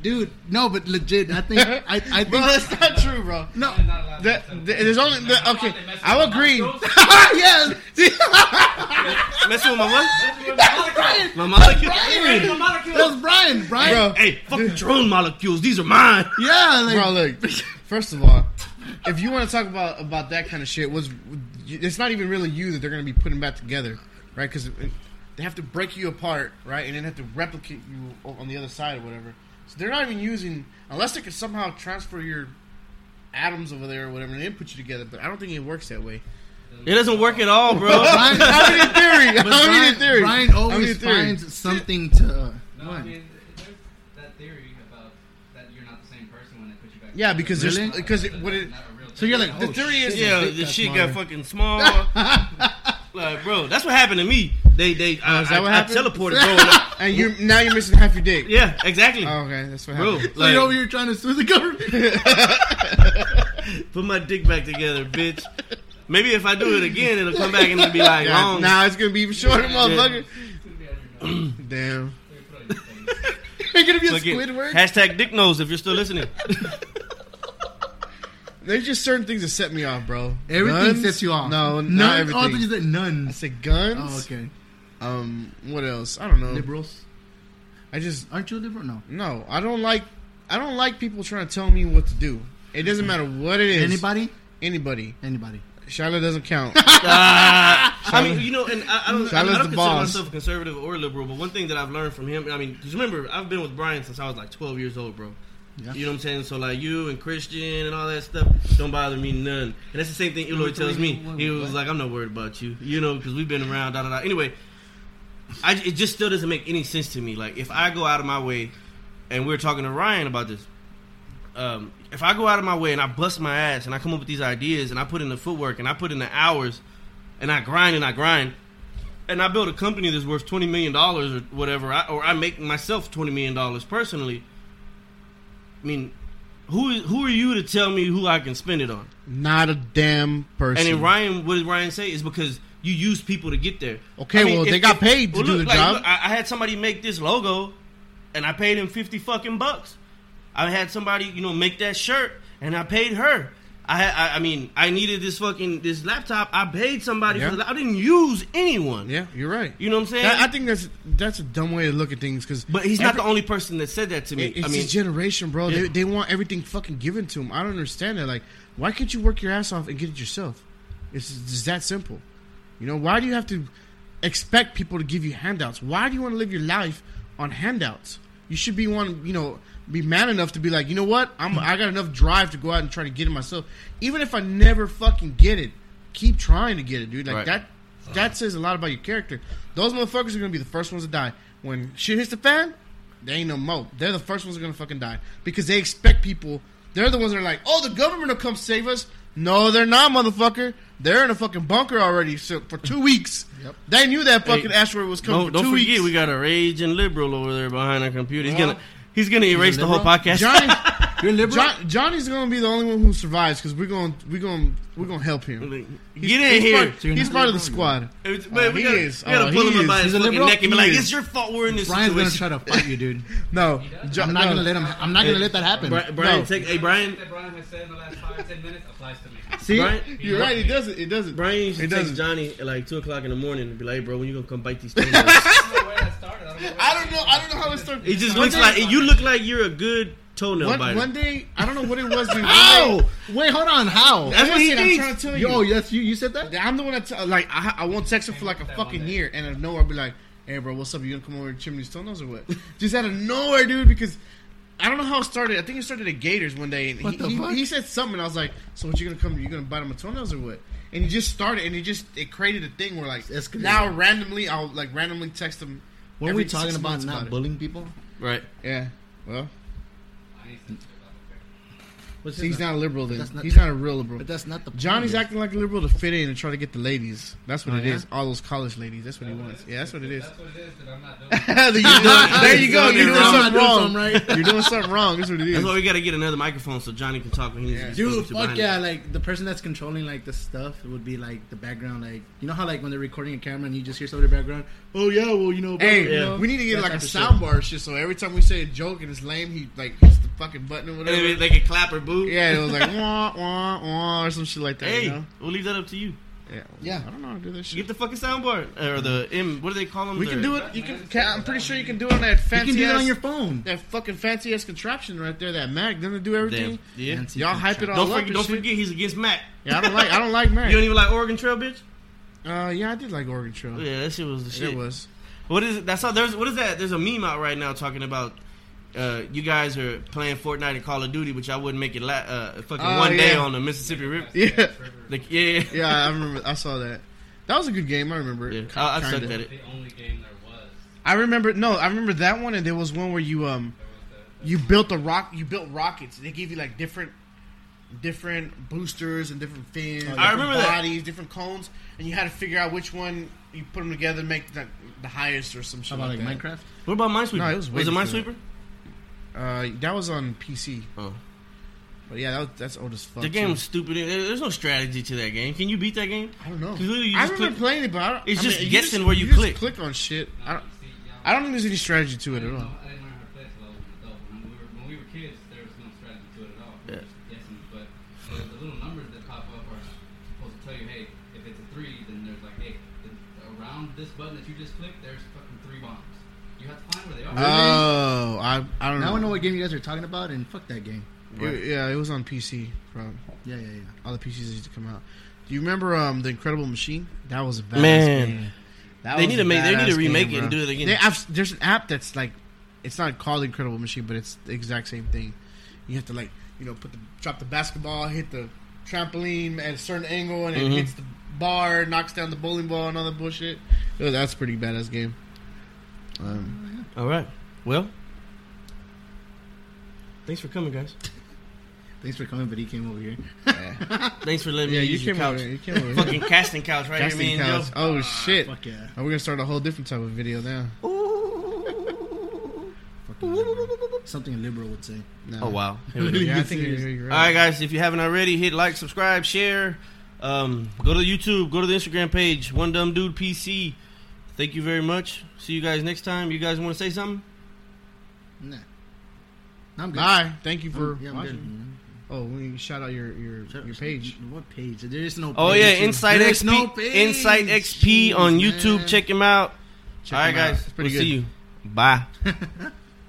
dude. No, but legit, I think I, I think Bro, that's not true, bro. no. You're not allowed to That, sell th- there's only the, okay. I'll agree. *laughs* yes, Messing with my what? Molecules. My molecule. The molecules. that's Brian. Brian. Bro, *laughs* Hey, fuck the drone molecules. These are mine. Yeah, like bro, look. First of all, if you want to talk about about that kind of shit, was it's not even really you that they're gonna be putting back together, right? Because they have to break you apart, right, and then have to replicate you o- on the other side or whatever. So they're not even using unless they could somehow transfer your atoms over there or whatever and then put you together. But I don't think it works that way. It doesn't work at all, bro. *laughs* *laughs* Brian, I mean, in theory. *laughs* but I mean, Brian, in theory. Brian I mean, in always theory. finds something to. Uh, No, I what? mean, there's that theory about that you're not the same person when they put you back. Yeah, because there's Really? because it, what it. so you're like, The *laughs* oh, theory shit, is- yeah, dick the got shit smaller. got fucking small. like, bro, that's what happened to me. They, they, I, Oh, is that I- what I happened? *laughs* teleported, bro. and I- And you now you're missing half your dick. yeah, exactly, Oh, okay, that's what bro. happened. So you're over Like, here trying to sue the *laughs* government. put my dick back together, bitch. Maybe if I do it again, it'll come back and it'll be like Yeah, long. now it's gonna be even *clears throat* shorter, motherfucker. It's *laughs* Damn. You're gonna be a Look it. Squidward. Hashtag dick nose if you're still listening. There's just certain things that set me off, bro. Everything Guns? sets you off. Oh, No, none. not all things everything. that I none. said guns. Oh, okay. Um, what else? I don't know. Liberals, I just aren't you a liberal? No. no. I don't like. I don't like people trying to tell me what to do. It doesn't matter what it is. Anybody? Anybody. Anybody? Shiloh doesn't count. *laughs* I mean, you know, and I, I don't, I, mean, I Silence don't the consider boss. myself conservative or liberal, but one thing that I've learned from him, I mean, because remember, I've been with Brian since I was like 12 years old, bro. Yeah. You know what I'm saying? So like you and Christian and all that stuff don't bother me none. And that's the same thing Eloy tells me. He was like, "I'm not worried about you," you know, because we've been around. Da da da. Anyway, I, it just still doesn't make any sense to me. Like if I go out of my way, and we were talking to Ryan about this. Um, if I go out of my way and I bust my ass and I come up with these ideas and I put in the footwork and I put in the hours and I grind and I grind and I build a company that's worth twenty million dollars or whatever, I, or I make myself twenty million dollars personally. I mean, who is- who are you to tell me who I can spend it on? Not a damn person. And then Ryan, what did Ryan say? Is because you use people to get there. Okay, well, they got paid to do the job. I, I had somebody make this logo, and I paid him fifty fucking bucks. I had somebody, you know, make that shirt, and I paid her. I, had, I, I mean, I needed this fucking this laptop. I paid somebody Yeah. for the. I didn't use anyone. Yeah, you're right. You know what I'm saying? That- I think that's that's a dumb way to look at things because. But he's not the only person that said that to me. It- It's I mean, his generation, bro. They, Yeah. they want everything fucking given to them. I don't understand that. Like, why can't you work your ass off and get it yourself? It's just that simple. You know, why do you have to expect people to give you handouts? Why do you want to live your life on handouts? You should be one, you know, be man enough to be like, you know what? I'm I got enough drive to go out and try to get it myself. Even if I never fucking get it, keep trying to get it, dude. Like Right. that that says a lot about your character. Those motherfuckers are gonna be the first ones to die. When shit hits the fan, they ain't no mo. They're the first ones that are gonna fucking die because they expect people. They're the ones that are like, oh, the government will come save us. No, they're not, motherfucker. They're in a fucking bunker already so, for *laughs* two weeks. Yep. They knew that fucking Hey, asteroid was coming don't, for don't *laughs* two forget weeks. we got a raging liberal over there behind our computer. He's Yeah. gonna he's gonna erase the whole liberal? podcast. *laughs* Johnny, You're liberal. John, Johnny's gonna be the only one who survives because we're gonna we're gonna we're gonna help him. He's- Get in he's here. Part, So you're he's not part of liberal, the squad. It's- Oh, man, we he gotta, is. we gotta Oh, pull he him up is. by his He's a fucking liberal? neck and be He like, is. "It's your fault we're in this Brian's gonna situation." try to fight you, *laughs* dude. No, I'm not gonna let him. I'm not gonna let that happen. Bri- Brian, No. take hey Brian. That Brian has said in the last five ten minutes applies to me. See? Brian, You're right. It doesn't. It doesn't. Brian used to It text doesn't. Johnny at like two o'clock in the morning and be like, hey, "Bro, when you gonna come *laughs* bite these toenails?" I don't know where that started. I don't know. Where I don't know. I don't know how it started. It just One looks day- like you look like you're a good toenail One, biter. one day, I don't know what it was. *laughs* dude. One day- Ow! Wait, hold on. How? That's what what he he I'm thinks. trying to tell you. Yo, that's you. You said that? I'm the one that tell- like I, I won't text her for like a That fucking one day. year, and out of nowhere I'll be like, "Hey, bro, what's up? You gonna come over and trim these toenails or what?" *laughs* Just out of nowhere, dude, because I don't know how it started. I think it started at Gators one day, and What he, the he, fuck? he said something. I was like, "So what you gonna come? You gonna bite on my toenails or what?" And he just started, and it just it created a thing where like It's escalated. now randomly I'll like randomly text him. What are every we talking six about? months Not it. bullying people. right? Yeah. Well, I ain't seen shit about that. What's he's not a liberal then. That's not- he's not a real liberal. But that's not the. point. Johnny's acting like a liberal to fit in and try to get the ladies. That's what Oh, it is. yeah? All those college ladies. That's what he wants. Yeah, that's what it is. That's what it is that I'm not *laughs* doing. there you *laughs* go. There you go. You're doing I'm not something doing wrong. something right. You're doing something wrong. That's what it That's why is. we gotta get another microphone so Johnny can talk when he needs to be Dude, spoken to fuck behind yeah! it. Like the person that's controlling like the stuff would be like the background, like you know how like when they're recording a camera and you just hear somebody background. Oh yeah, well you know. blah, blah, Hey, blah." we need to get That like a type of shit. sound bar shit. So every time we say a joke and it's lame, he like hits the fucking button or And whatever. then they can clap or boo. Yeah, it was like *laughs* wah wah wah or some shit like that. Hey, you know? we'll leave that up to you. yeah, Yeah. I don't know how to do this Get shit. the fucking soundbar or the M. What do they call them? We The- can do it. You can. can- I'm pretty sure you can do it on that You fancy. can do it ass, on your phone. that fucking fancy ass contraption right there. That Mac doesn't it do Damn. everything. Yeah. Fancy Y'all hype it all Don't up. forget. and Don't shit. forget. He's against Mac. Yeah, I don't like. I don't like Mac. You don't even like Oregon Trail, bitch. Uh, yeah, I did like Oregon Trail. Oh, Yeah, that shit was the shit. It was. What is it? That's how there's what is that? There's a meme out right now talking about uh, you guys are playing Fortnite and Call of Duty, which I wouldn't make it la- uh, fucking Oh, one day yeah. on the Mississippi River. Yeah, *laughs* Like, yeah, yeah. yeah, I remember. I saw that. That was a good game. I remember. yeah. it. I, I Kinda. sucked at it. The only game there was. I remember. No, I remember that one, and there was one where you um, There was the, you built the rock. You built rockets. They gave you like different, different boosters and different fins. different remember that. bodies, different cones, and you had to figure out which one you put them together to make the, the highest or some shit. How about like like Minecraft? What about Minesweeper? No, it was was, way it before Minesweeper? that. Uh, that was on PC. Oh, But yeah, that was, that's old as fuck. the too. game's stupid. There- There's no strategy to that game. Can you beat that game? I don't know. 'Cause literally you Oh. I just remember click- playing it, but I don't, It's I just mean, guessing where you just click. click on shit. I don't. see, y'all- I don't think there's any strategy to it at all. I didn't learn how to play till I was an adult. When we were, when we were kids, there was no strategy to it at all. We were Yeah. just guessing, but the, the little numbers that pop up are supposed to tell you, hey, if it's a three, then there's like, hey, the, around this button that you just clicked, there's fucking three bombs. You have to find where they are. Oh, I I don't Now I know. know what game you guys are talking about, and fuck that game. It- yeah, it was on PC. Probably. Yeah, yeah, yeah. All the PCs that used to come out. Do you remember um, the Incredible Machine? That was a badass Man. game. That They was need to a make- they need to badass remake game, it and bro. do it again. They have, there's an app that's like, it's not called Incredible Machine, but it's the exact same thing. You have to like, you know, put the drop the basketball, hit the trampoline at a certain angle, Mm-hmm. and it hits the bar, knocks down the bowling ball, and all that bullshit. Yo, that's a pretty badass game. Um, All right. Well, thanks for coming, guys. Thanks for coming, but he came over here. yeah, Thanks for letting yeah me you use your came over. couch. You came over. Fucking casting couch right Casting here, me couch. and Oh shit! Fuck yeah. Oh, we're gonna start a whole different type of video now. Joe. Ooh. Fucking liberal. Something a liberal would say. No. Oh wow. Here *laughs* we go. Yeah, I think you're, you're All right, right. guys. If you haven't already, hit like, subscribe, share. Um, go to YouTube. Go to the Instagram page. One Dumb Dude PC. Thank you very much. See you guys next time. You guys want to say something? Nah. I'm good. Bye. Thank you for Yeah, I'm watching. good. Oh, we can shout out your your, your page. What page? There is no. Oh page. yeah, Insight There's XP. no page. Insight XP on Jeez, YouTube. man. Check him out. Check All right, them out. guys. It's pretty we'll good. see you. Bye.